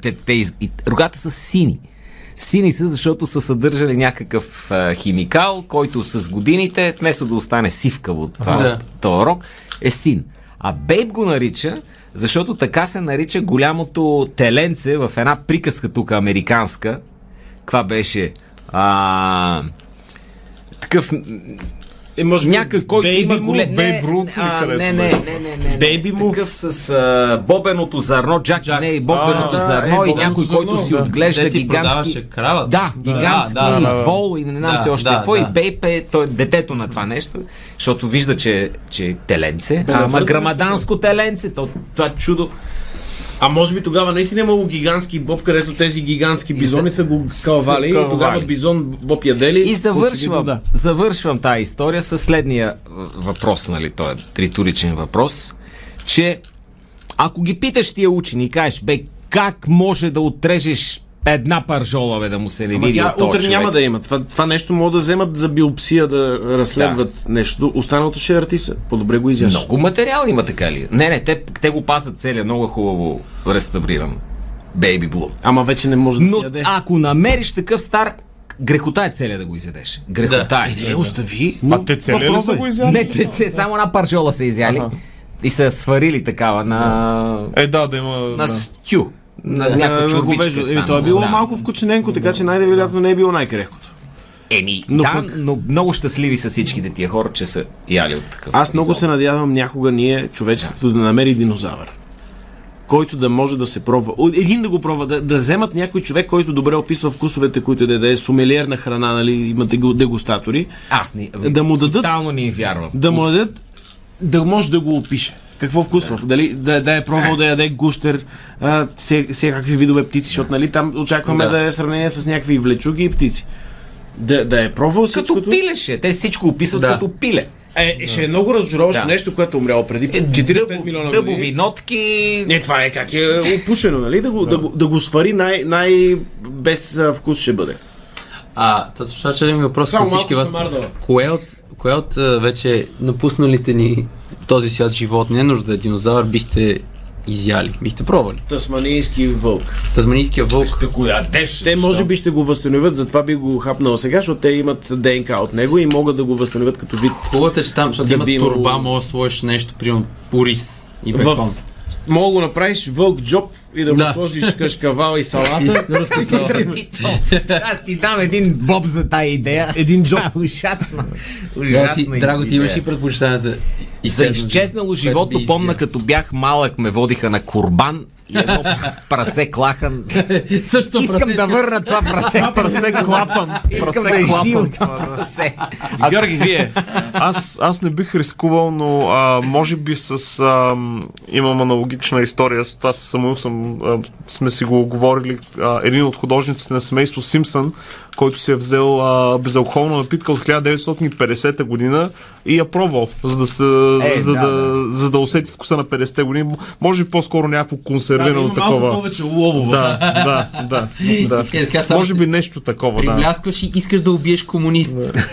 Speaker 2: Те, те, из- и, рогата са сини. Сини са, защото са съдържали някакъв а, химикал, който с годините, вместо да остане сивкаво от това,
Speaker 4: Да.
Speaker 2: да. този рок, е син. А Бейб го нарича, защото така се нарича голямото теленце в една приказка тук американска. Каква беше? А, такъв м,
Speaker 3: Е, може би
Speaker 2: някой, който
Speaker 3: Бейби
Speaker 2: има
Speaker 3: му,
Speaker 2: голем...
Speaker 5: Бейб Рут ли
Speaker 2: а, не,
Speaker 5: където
Speaker 2: не, не, не, не, не,
Speaker 3: Бейби му?
Speaker 2: Такъв с а, бобеното зърно, Джак,
Speaker 4: Джак.
Speaker 2: Джак. не, и бобеното
Speaker 3: А, да, е,
Speaker 2: зърно и
Speaker 3: бобеното
Speaker 2: някой,
Speaker 3: зърно,
Speaker 2: който си
Speaker 3: да.
Speaker 2: отглежда
Speaker 4: Те си
Speaker 2: гигантски...
Speaker 4: продаваше крава.
Speaker 2: Да, гигантски
Speaker 4: да, да, да.
Speaker 2: и вол и не знам
Speaker 4: Да,
Speaker 2: се още
Speaker 4: да,
Speaker 2: какво.
Speaker 4: да.
Speaker 2: И Бейп е той, е детето на това нещо, защото вижда, че, че е теленце, ама грамаданското теленце, то, това чудо.
Speaker 3: А може би тогава наистина е имало гигантски боб, където тези гигантски бизони
Speaker 2: са-
Speaker 3: са го
Speaker 2: са
Speaker 3: калвали и
Speaker 2: калвали.
Speaker 3: тогава бизон боб ядели.
Speaker 2: И завършвам,
Speaker 3: Очевидно, да.
Speaker 2: завършвам тази история с следния в- въпрос, нали, той е риторичен въпрос, че ако ги питаш тия учени и кажеш, бе, как може да отрежеш една пържола, бе, да му се не
Speaker 3: Ама
Speaker 2: види
Speaker 3: тя
Speaker 2: от този
Speaker 3: утре
Speaker 2: човек?
Speaker 3: няма да е. има. Това, това нещо могат да вземат за биопсия да разследват нещо. Останалото ще е артиса. По-добре го изяш.
Speaker 2: Много материал има, така ли? Не, не, те, те го пазят целия, много е хубаво реставриран. Бейби Блум.
Speaker 3: Ама вече не може да
Speaker 2: Но
Speaker 3: се яде.
Speaker 2: ако намериш такъв стар, грехота е целия да го изядеш. Грехота е.
Speaker 3: Е, остави.
Speaker 5: А те цели ли са го изяли?
Speaker 2: Не, те се, само една пържола са изяли. И са сварили такава на...
Speaker 5: Е, да, да има...
Speaker 2: на
Speaker 5: да.
Speaker 2: стю. На някаква чорбичка.
Speaker 3: Е, то е
Speaker 2: станала,
Speaker 3: било
Speaker 2: да.
Speaker 3: малко вкучененко, така че най-вероятно не е било най-крехкото.
Speaker 2: Еми,
Speaker 3: Но
Speaker 2: да,
Speaker 3: пък-
Speaker 2: но много щастливи са всичките тия хора, че са яли от такъв.
Speaker 3: Аз много
Speaker 2: епизод.
Speaker 3: се надявам някога ние, човечеството, да намери динозавър. Който да може да се пробва. О, Един да го пробва, да, да вземат някой човек, който добре описва вкусовете, които да, да е сумелиер на храна, нали, имате го- дегустатори,
Speaker 2: Аз ни...
Speaker 3: Да му дадат-
Speaker 2: Тотално ни вярвам.
Speaker 3: да му дадат, да може да го опише. Какво вкусва? Дали да, да е пробвал да яде гущер, а, все- всякакви видове птици, защото нали, там очакваме да.
Speaker 2: Да.
Speaker 3: е сравнение с някакви влечуги и птици. Да, да е пробвал всичкото.
Speaker 2: Като пилеше. Те всичко описват
Speaker 4: Да.
Speaker 2: като пиле.
Speaker 3: Е, ще е много разочароващо
Speaker 2: Да.
Speaker 3: нещо, което е умряло преди
Speaker 2: Е,
Speaker 3: 45
Speaker 2: дъбо-
Speaker 3: милиона години.
Speaker 2: Дъбови нотки.
Speaker 3: Не, това е как е опушено, нали? Да го, да. го, да го свари най, най без а, вкус ще бъде.
Speaker 4: А, точно това ще е един въпрос
Speaker 3: Само
Speaker 4: към всички
Speaker 3: малко
Speaker 4: вас.
Speaker 3: се мардала.
Speaker 4: Кое от, кое от а, вече напусналите ни този свят живот, не е нужда да е динозавър, бихте изяли, бихте пробвали.
Speaker 3: Тасманийски вълк.
Speaker 4: Тазманийския вълк.
Speaker 2: Да го ядеш.
Speaker 3: Те може би ще го възстановят, затова би го хапнал сега, защото те имат ДНК от него и могат да го възстановят като вид.
Speaker 4: Хубавото е, че там, защото
Speaker 3: Да
Speaker 4: има
Speaker 3: би имало-
Speaker 4: турба, може да сложиш нещо, примерно пурис и
Speaker 3: В-
Speaker 4: бекон.
Speaker 3: Мога да го направиш вълк джоб и да,
Speaker 4: Да.
Speaker 3: му сложиш кашкавал и салата.
Speaker 4: Ръска салата.
Speaker 2: Да, ти дам един боб за тая идея. Един джоб. Ужасна.
Speaker 4: Драго, ти-
Speaker 2: Ужасна
Speaker 4: Драго, ти имаш
Speaker 2: идея.
Speaker 4: ли предпочитание е, за
Speaker 2: И за изчезнало
Speaker 4: което би
Speaker 2: животно,
Speaker 4: изял?
Speaker 2: помна като бях малък, ме водиха на курбан и едно прасе клахан.
Speaker 4: Също
Speaker 2: Искам да
Speaker 4: прасе.
Speaker 2: върна това прасе.
Speaker 5: Прасе клапан.
Speaker 2: Искам
Speaker 5: прасе
Speaker 2: да е
Speaker 5: клапан.
Speaker 2: живо това прасе. А
Speaker 3: Георги, вие.
Speaker 5: Аз, аз не бих рискувал, но а, може би с... А, м, имам аналогична история. С това с Самуил съм, а, сме си го говорили. А, един от художниците на семейство Симпсън, който си е взел а, безалкохолна напитка от 1950 година и я пробвал, за да, се,
Speaker 2: Е,
Speaker 5: за,
Speaker 2: да,
Speaker 5: да, за да усети вкуса на 50-те години. Може би по-скоро някакво консервирано такова.
Speaker 3: лово.
Speaker 5: Да, да, да. да.
Speaker 4: Е, така само
Speaker 5: Може
Speaker 4: се
Speaker 5: би нещо такова, да.
Speaker 4: Привляскваш и искаш да убиеш комунист.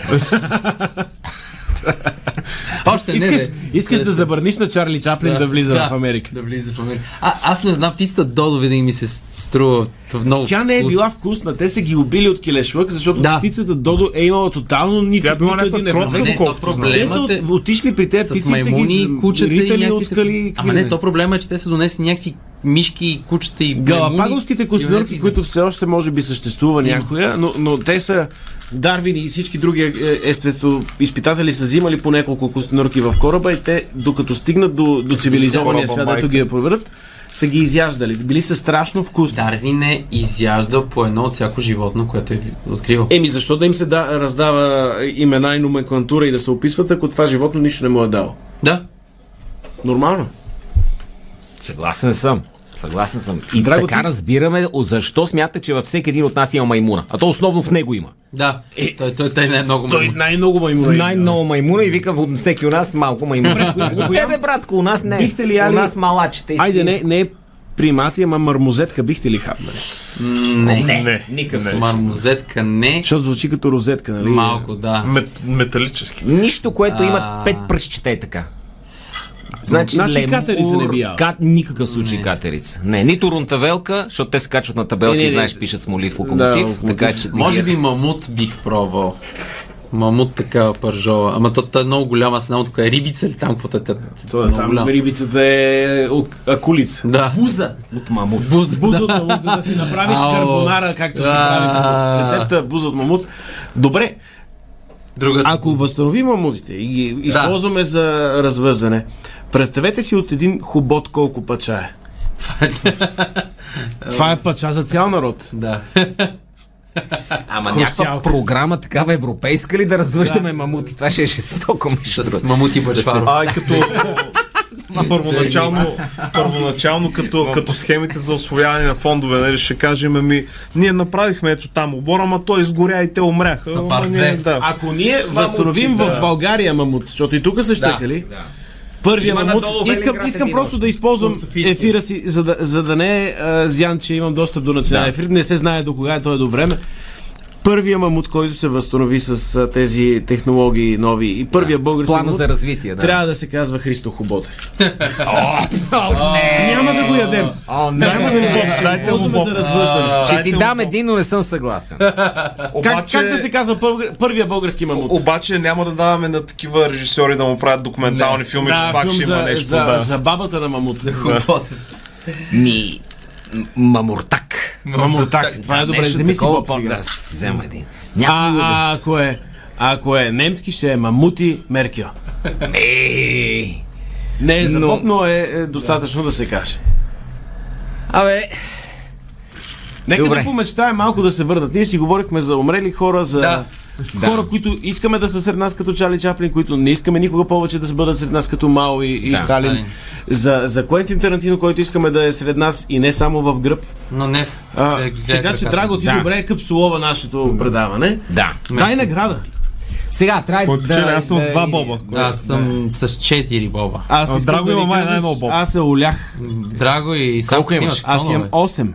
Speaker 4: Още не,
Speaker 3: Искаш,
Speaker 4: бе.
Speaker 3: искаш да забраниш на Чарли Чаплин да, влиза в Америка.
Speaker 4: Да влиза в Америка. А, аз не знам, птицата Додо винаги ми се струва т- много...
Speaker 3: Тя не е
Speaker 4: вкусна.
Speaker 3: била вкусна, те са ги убили от килешлък, защото
Speaker 4: Да.
Speaker 3: птицата Додо е имала тотално нито,
Speaker 5: Тя е била
Speaker 3: нито
Speaker 5: някаква
Speaker 3: един
Speaker 5: кротка,
Speaker 3: европейски
Speaker 4: Не, то
Speaker 5: колкото знам.
Speaker 3: Те са
Speaker 4: проблемът
Speaker 3: от,
Speaker 4: е...
Speaker 3: отишли при тези
Speaker 4: С
Speaker 3: птици, са
Speaker 4: маймуни,
Speaker 3: ги
Speaker 4: кучета и
Speaker 3: ритали
Speaker 4: някакви...
Speaker 3: от
Speaker 4: такива-
Speaker 3: скали. и
Speaker 4: Ама
Speaker 3: какви
Speaker 4: не, то проблема е, че те са донесли някакви мишки, и кучета и
Speaker 3: Галапагоските костенурки,
Speaker 4: костюмки,
Speaker 3: които все още може би съществува някоя, но, но те са Дарвин и всички други е, естествено изпитатели са взимали по няколко костенурки в кораба и те, докато стигнат до, до цивилизования
Speaker 5: кораба,
Speaker 3: свят,
Speaker 5: майка.
Speaker 3: дето ги я проверят, са ги изяждали. Били са страшно вкусни.
Speaker 4: Дарвин е изяждал по едно от всяко животно, което е откривал.
Speaker 3: Еми, защо да им се да, раздава имена и номенклатура и да се описват, ако това животно нищо не му е дало?
Speaker 4: Да.
Speaker 3: Нормално.
Speaker 2: Съгласен съм. Съгласен съм. И
Speaker 3: Драго,
Speaker 2: така
Speaker 3: ти-
Speaker 2: разбираме от защо смятате, че във всеки един от нас има маймуна. А то основно в него има.
Speaker 4: Да, той, той, той не е много
Speaker 3: Той значи-
Speaker 4: маймун.
Speaker 3: най-много маймуна.
Speaker 2: Най-много маймуна и вика от всеки у нас малко маймуна. От тебе, братко, у нас не.
Speaker 3: Бихте ли яли-
Speaker 2: У нас малачите и
Speaker 3: Айде, не,
Speaker 2: свински.
Speaker 3: не е примати, ама мармозетка бихте ли хапнали?
Speaker 4: Не,
Speaker 2: Не, никакъв
Speaker 4: С
Speaker 2: случай.
Speaker 4: мармозетка не.
Speaker 3: Защото звучи като розетка, нали?
Speaker 4: Малко, да.
Speaker 5: Мет, металически.
Speaker 2: Нищо, което има
Speaker 4: А.
Speaker 2: пет пръщчета е така. Значи,
Speaker 3: Значи
Speaker 2: лемур,
Speaker 3: катерица не бия.
Speaker 2: Кат, никакъв случай не. катерица. Не, нито рунтавелка, защото те скачат на табелки
Speaker 3: Не, не,
Speaker 2: и
Speaker 3: не.
Speaker 2: знаеш, пишат с моли в локомотив.
Speaker 3: Да,
Speaker 2: така че.
Speaker 4: Може
Speaker 2: ги-
Speaker 4: би мамут бих пробвал. Мамут такава пържола. Ама то, то е много голяма, аз не знам от коя е рибица или там, каквото е тя.
Speaker 3: То,
Speaker 4: много
Speaker 3: там
Speaker 4: голяма.
Speaker 3: рибицата е ок- акулица.
Speaker 4: Да.
Speaker 2: Буза от мамут.
Speaker 4: Буза.
Speaker 3: Буза от мамут, за да си направиш
Speaker 4: Ау.
Speaker 3: карбонара, както се
Speaker 4: А.
Speaker 3: прави. Рецепта е буза от мамут. Добре,
Speaker 4: Другата.
Speaker 3: ако възстановим мамутите и ги използваме за развързане, представете си от един хубот колко пача е. Това е пача за цял народ.
Speaker 4: Да.
Speaker 2: Ама някаква
Speaker 3: Хрустялка.
Speaker 2: програма такава европейска ли да развъждаме мамути? Това ще е жестоко, между
Speaker 4: С
Speaker 2: другото.
Speaker 4: мамут и бачваро.
Speaker 5: А и като, първоначално, първоначално като, като схемите за освояване на фондове, нали, ще кажем, ами, ние направихме ето там обора, ама той изгоря и те умряха.
Speaker 4: За
Speaker 5: Ама
Speaker 4: парт
Speaker 5: ние-
Speaker 4: две.
Speaker 5: да.
Speaker 3: Ако ние възстановим в България мамут, защото и тук са щекали, Първия
Speaker 2: Има
Speaker 3: мамут.
Speaker 2: надолу
Speaker 3: Искам,
Speaker 2: Велинград
Speaker 3: искам
Speaker 2: един
Speaker 3: просто
Speaker 2: още.
Speaker 3: да използвам ефира си, за да, за да не е а, зян, че имам достъп до национален ефир. Не се знае до кога, той е до време. Първия мамут, който се възстанови с а, тези технологии нови и първия
Speaker 2: С
Speaker 3: български
Speaker 2: плана
Speaker 3: мамут,
Speaker 2: за развитие, да.
Speaker 3: трябва да се казва Христо Хуботев. Няма да го ядем.
Speaker 2: О, не.
Speaker 3: Няма да го боб. Дайте му боб. за развъждане.
Speaker 2: Ще ти
Speaker 5: Дайте му
Speaker 2: дам
Speaker 5: боб.
Speaker 2: един, но не съм съгласен.
Speaker 3: Как,
Speaker 5: Обаче-
Speaker 3: как да се казва пър- първия български мамут?
Speaker 5: Обаче няма да даваме на такива режисьори да му правят документални филми, че пак ще има нещо.
Speaker 3: за,
Speaker 5: да.
Speaker 3: за бабата на мамут.
Speaker 2: Ми, м- мамуртак.
Speaker 3: Мамутак. Това е добре.
Speaker 2: Нещо
Speaker 3: Вземи си
Speaker 2: такова
Speaker 3: боб
Speaker 2: по-
Speaker 3: сега.
Speaker 2: Да, ще си взема един.
Speaker 3: А,
Speaker 2: Някой да...
Speaker 3: а ако е, ако е немски, ще е Мамути Меркио.
Speaker 2: Ей!
Speaker 3: Не е
Speaker 2: Но-
Speaker 3: забоб, но е, е достатъчно да се каже.
Speaker 2: Абе,
Speaker 3: Нека
Speaker 2: Добре.
Speaker 3: да помечтаем малко да се върнат. Ние си говорихме за умрели хора, за
Speaker 4: Да.
Speaker 3: хора, които искаме да са сред нас като Чали Чаплин, които не искаме никога повече да се бъдат сред нас като Мао и, и да, Сталин.
Speaker 4: Сталин.
Speaker 3: За, за Куентин Тарантино, който искаме да е сред нас и не само в гръб.
Speaker 4: Но не.
Speaker 3: А,
Speaker 4: Е, гледай
Speaker 3: така че,
Speaker 4: краката.
Speaker 3: Драго, ти
Speaker 2: Да.
Speaker 3: добре е капсулова нашето предаване.
Speaker 2: да.
Speaker 3: Дай награда.
Speaker 2: Сега трябва
Speaker 5: Кой
Speaker 2: да...
Speaker 5: печели? Аз съм с
Speaker 2: да-
Speaker 5: два боба.
Speaker 4: Аз съм с 4 боба.
Speaker 3: Аз
Speaker 5: А,
Speaker 3: искам
Speaker 5: Драго
Speaker 3: да ви
Speaker 5: има май
Speaker 3: кажа,
Speaker 5: най-много боб.
Speaker 3: Аз се олях.
Speaker 4: Драго и Сам.
Speaker 2: Колко имаш?
Speaker 3: Аз имам 8.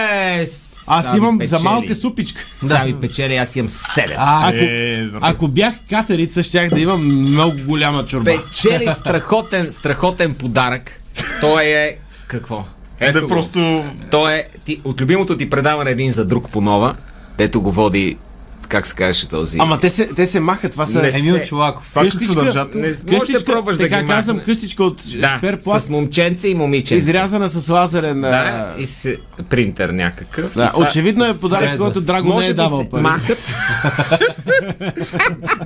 Speaker 2: Е,
Speaker 3: Аз
Speaker 2: Сави
Speaker 3: имам за
Speaker 2: печели.
Speaker 3: малка супичка.
Speaker 2: Сами печели, аз имам седем.
Speaker 3: А, ако,
Speaker 5: Е, добре.
Speaker 3: ако бях катерица, щях да имам много голяма чорба.
Speaker 2: Печели страхотен, страхотен подарък. Той е... Какво? Ето
Speaker 5: Е, да
Speaker 2: го.
Speaker 5: просто
Speaker 2: Той е ти, от любимото ти предаване един за друг по нова, дето го води, как се казваше този...
Speaker 3: Ама те се, те се махат, това са...
Speaker 2: Не
Speaker 3: Еми,
Speaker 2: се-
Speaker 4: Емил Чулаков.
Speaker 5: това
Speaker 3: Къщичка-
Speaker 5: като държател.
Speaker 2: не можеш да пробваш да
Speaker 3: така
Speaker 2: ги
Speaker 3: казвам,
Speaker 2: махнеш.
Speaker 3: къщичка от да,
Speaker 2: Да,
Speaker 3: шперплат,
Speaker 2: с момченце и момиченце.
Speaker 3: изрязана с лазерен...
Speaker 2: Да,
Speaker 3: а,
Speaker 2: и с принтер някакъв.
Speaker 3: да,
Speaker 2: И това-
Speaker 3: очевидно е подарък,
Speaker 4: Фреза.
Speaker 3: който Драго не
Speaker 2: може
Speaker 3: е
Speaker 2: би
Speaker 3: давал
Speaker 2: се
Speaker 3: пари.
Speaker 2: махат.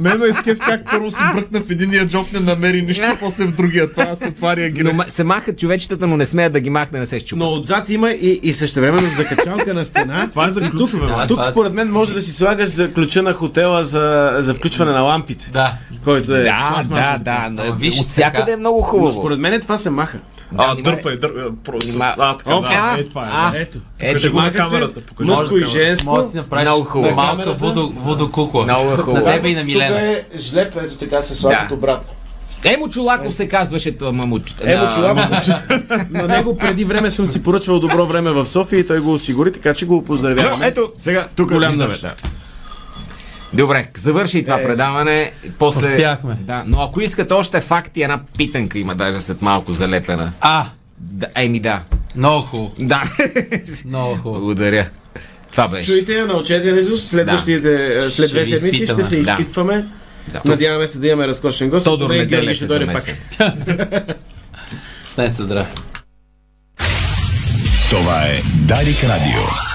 Speaker 5: Мен ме изкеф как първо се бръкна в единия джоб, не намери нищо, после в другия. Това аз след това
Speaker 2: Но
Speaker 5: реагирам.
Speaker 2: ма- се махат човечетата, но не смеят да ги махне, не се щупа.
Speaker 3: Но отзад има и, и същевременно закачалка на стена.
Speaker 5: Това е за ключове, бе.
Speaker 3: Тук според мен може да си слагаш за ключа на хотела за, за включване на лампите.
Speaker 4: Да.
Speaker 3: Който е...
Speaker 2: Да,
Speaker 3: пластмасов.
Speaker 2: да, да, да.
Speaker 4: виж
Speaker 2: От всякъде
Speaker 4: така.
Speaker 2: е много
Speaker 3: Но
Speaker 2: хубаво.
Speaker 3: според мен това се маха.
Speaker 5: А,
Speaker 2: нима е.
Speaker 5: дърпай, дърпай. Просто с-
Speaker 2: Нима-
Speaker 5: А, така, да.
Speaker 2: А,
Speaker 5: Е, това е.
Speaker 2: а,
Speaker 5: да.
Speaker 3: Ето.
Speaker 5: Кажи
Speaker 2: Ето,
Speaker 5: го на
Speaker 3: махат се
Speaker 5: камерата. покажи го на
Speaker 3: Мъжко и
Speaker 5: камерата.
Speaker 3: женско.
Speaker 4: Може да си направиш
Speaker 2: Много хубаво.
Speaker 4: малка
Speaker 3: Камерата.
Speaker 4: вудо, вудокукла.
Speaker 2: Много е хубаво.
Speaker 4: На тебе и на Милена.
Speaker 3: Тук е жлеп, ето така се слагат
Speaker 2: Да.
Speaker 3: обратно.
Speaker 2: Емо Чулаков се казваше това мамучето.
Speaker 3: Ево
Speaker 2: Да.
Speaker 3: чулава. На него преди време съм си поръчвал добро време в София и той го осигури, така че го поздравяваме.
Speaker 2: Ето, сега, тук
Speaker 3: голям
Speaker 2: виждаме.
Speaker 3: наш.
Speaker 2: Добре, завърши това предаване. После...
Speaker 4: Успяхме.
Speaker 2: Да, но ако искате още факти, една питанка има даже след малко залепена.
Speaker 4: А,
Speaker 2: Да, еми да.
Speaker 4: много хубаво.
Speaker 2: Да.
Speaker 4: Много хубаво.
Speaker 2: Благодаря. Това беше.
Speaker 3: Чуйте я, научете я наизуст. Следващите, е, след две
Speaker 4: Ще ви
Speaker 3: седмици ще
Speaker 4: изпитаме.
Speaker 3: се
Speaker 2: Да.
Speaker 3: изпитваме.
Speaker 2: Да.
Speaker 3: Надяваме се да имаме разкошен гост.
Speaker 2: Тодор
Speaker 3: Ако не, Георги
Speaker 2: Неделев
Speaker 3: ще
Speaker 2: е
Speaker 3: дойде
Speaker 2: замесен.
Speaker 3: пак.
Speaker 4: Станете здраве.
Speaker 6: Това е Дарик Радио.